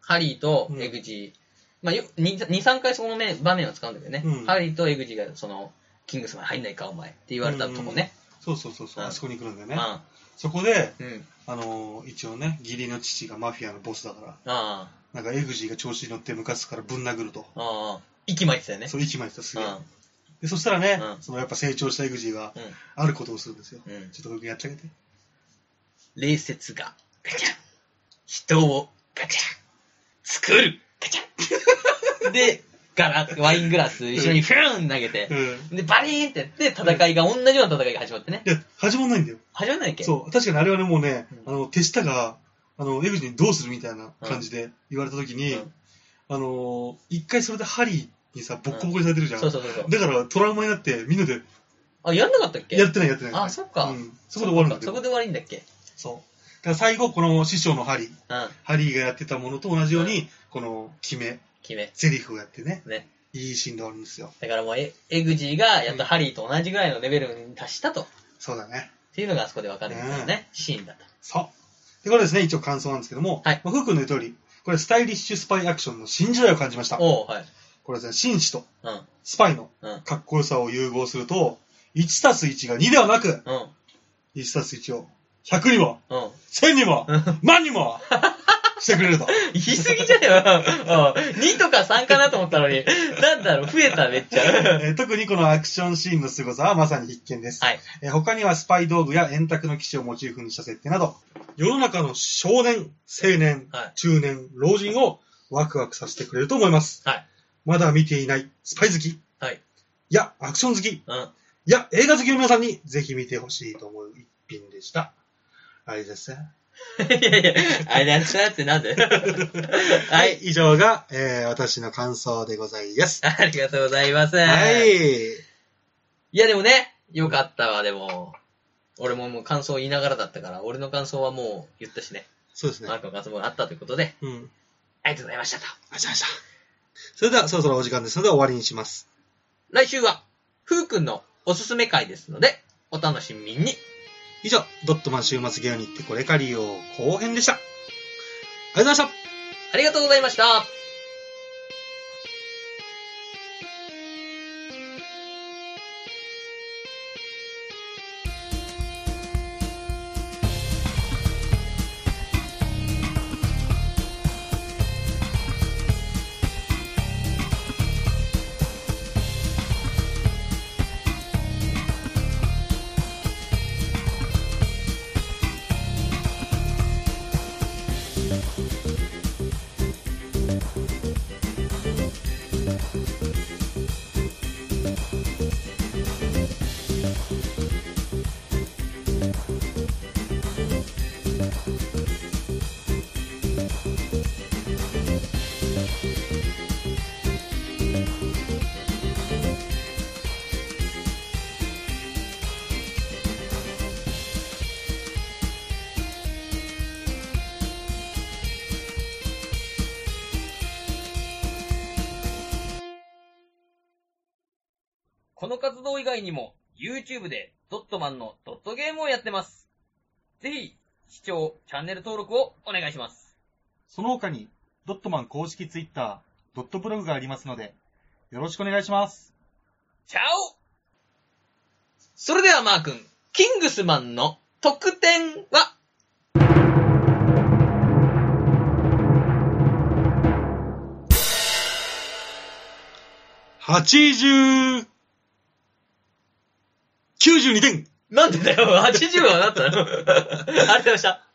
[SPEAKER 2] ハリーとエグジー、まあ、よに2、3回そこの面場面を使うんだけどね。
[SPEAKER 3] うん
[SPEAKER 2] ハリーとエグジーが、その、キングスマン入んないか、お前って言われたとこね。
[SPEAKER 3] そうそうそうそう、
[SPEAKER 2] うん
[SPEAKER 3] あそこに来るんだよ
[SPEAKER 2] う
[SPEAKER 3] ね
[SPEAKER 2] ん。。あ
[SPEAKER 3] そこで、
[SPEAKER 2] うん。
[SPEAKER 3] あのー一応ね、義理の父がマフィアのボスだから、
[SPEAKER 2] あ
[SPEAKER 3] なんかエグジーが調子に乗ってムカつくからぶん殴ると。
[SPEAKER 2] あ。ああ。息巻いてたよね。
[SPEAKER 3] そう、息巻いてたす
[SPEAKER 2] う
[SPEAKER 3] げえ。で、そしたらね、
[SPEAKER 2] うん
[SPEAKER 3] そのやっぱ成長したエグジーは
[SPEAKER 2] うん、
[SPEAKER 3] あることをするんですよ。
[SPEAKER 2] ん。うん。
[SPEAKER 3] ちょっと僕やってあげて。
[SPEAKER 2] 礼節が、ガチャン。人を、ガチャン。作る、ガチャン。で、ガラワイングラス一緒にフーン投げて、
[SPEAKER 3] うん。
[SPEAKER 2] で、バリーンってやって、戦いが、同じような戦いが始まってね。
[SPEAKER 3] いや、始まんないんだよ。
[SPEAKER 2] 始まんないっけ
[SPEAKER 3] そう、確かにあれはね、もうね、
[SPEAKER 2] う
[SPEAKER 3] あの、手下が、あの、エグジーにどうするみたいな感じで言われた時に、
[SPEAKER 2] うん
[SPEAKER 3] あのー一回それでハリーにさ、ボッコボコにされてるじゃん。
[SPEAKER 2] そうそうそうそう。
[SPEAKER 3] だからトラウマになって、みんなで、
[SPEAKER 2] あ、やんなかったっけ
[SPEAKER 3] やってないやってない。
[SPEAKER 2] あ、そっか。
[SPEAKER 3] うん、そこで終わるんだけ
[SPEAKER 2] そ
[SPEAKER 3] ど。
[SPEAKER 2] こで終わりんだっけ
[SPEAKER 3] そう。だから最後、この師匠のハリー、
[SPEAKER 2] うん。
[SPEAKER 3] ハリーがやってたものと同じように、
[SPEAKER 2] う
[SPEAKER 3] この決め、
[SPEAKER 2] 決め。
[SPEAKER 3] セリフをやってね、
[SPEAKER 2] ね。
[SPEAKER 3] いいシーンで終わるんですよ。
[SPEAKER 2] だからもうエ、エグジーがやっ
[SPEAKER 3] うん
[SPEAKER 2] とハリーと同じぐらいのレベルに達したと。っ
[SPEAKER 3] そうだね。
[SPEAKER 2] ていうのがあそこでわかるんだよね。シーンだと。
[SPEAKER 3] そう。で、これですね、一応感想なんですけども、
[SPEAKER 2] はい
[SPEAKER 3] まあ、ふうくんの言う通り、これスタイリッシュスパイアクションの新時代を感じました。こ
[SPEAKER 2] おう、はい。
[SPEAKER 3] れですね、紳士と
[SPEAKER 2] うん。
[SPEAKER 3] スパイの
[SPEAKER 2] うん。
[SPEAKER 3] かっこよさを融合すると、1たす1が2ではなく、
[SPEAKER 2] うん。
[SPEAKER 3] 1たす1を100にも、
[SPEAKER 2] うん。
[SPEAKER 3] 1000にも、
[SPEAKER 2] うん
[SPEAKER 3] 万にも、してくれると。
[SPEAKER 2] 言い過ぎじゃねえわ。うん2とか3かなと思ったのに、なんだろう、増えためっちゃ。
[SPEAKER 3] えー特にこのアクションシーンの凄さはまさに必見です。
[SPEAKER 2] はい
[SPEAKER 3] えー他にはスパイ道具や円卓の騎士をモチーフにした設定など、世の中の少年、青年、
[SPEAKER 2] はい
[SPEAKER 3] 中年、老人をワクワクさせてくれると思います。
[SPEAKER 2] はい
[SPEAKER 3] まだ見ていないスパイ好き、
[SPEAKER 2] はい
[SPEAKER 3] やアクション好き、
[SPEAKER 2] うん。
[SPEAKER 3] いや、映画好きの皆さんにぜひ見てほしいと思う一品でした。はいですね。
[SPEAKER 2] いやいや、あれだったってなんでは
[SPEAKER 3] はい
[SPEAKER 2] い、。
[SPEAKER 3] 以上が、えー、私の感想でございます。
[SPEAKER 2] ありがとうございます。
[SPEAKER 3] はい。
[SPEAKER 2] いやでもね、よかったわ、でも。俺ももう感想を言いながらだったから、俺の感想はもう言ったしね。
[SPEAKER 3] そうですね
[SPEAKER 2] マ。ークの感想もあったということで、
[SPEAKER 3] うん。
[SPEAKER 2] ありがとうございましたと。
[SPEAKER 3] あじゃあじゃあそれでは、そろそろお時間ですので終わりにします。
[SPEAKER 2] 来週は、ふうくんのおすすめ会ですので、お楽しみに。
[SPEAKER 3] 以上、ドットマン週末芸人ってこれかりよ後編でした。ありがとうございました。
[SPEAKER 2] ありがとうございました。この活動以外にも、YouTube でドットマンのドットゲームをやってます。ぜひ、視聴、チャンネル登録をお願いします。
[SPEAKER 4] その他に、ドットマン公式ツイッター、ドットブログがありますので、よろしくお願いします。
[SPEAKER 2] チャオそれではマー君、キングスマンの得点は
[SPEAKER 3] 80、92点
[SPEAKER 2] なんでだよ、80はなったのありがとうございました。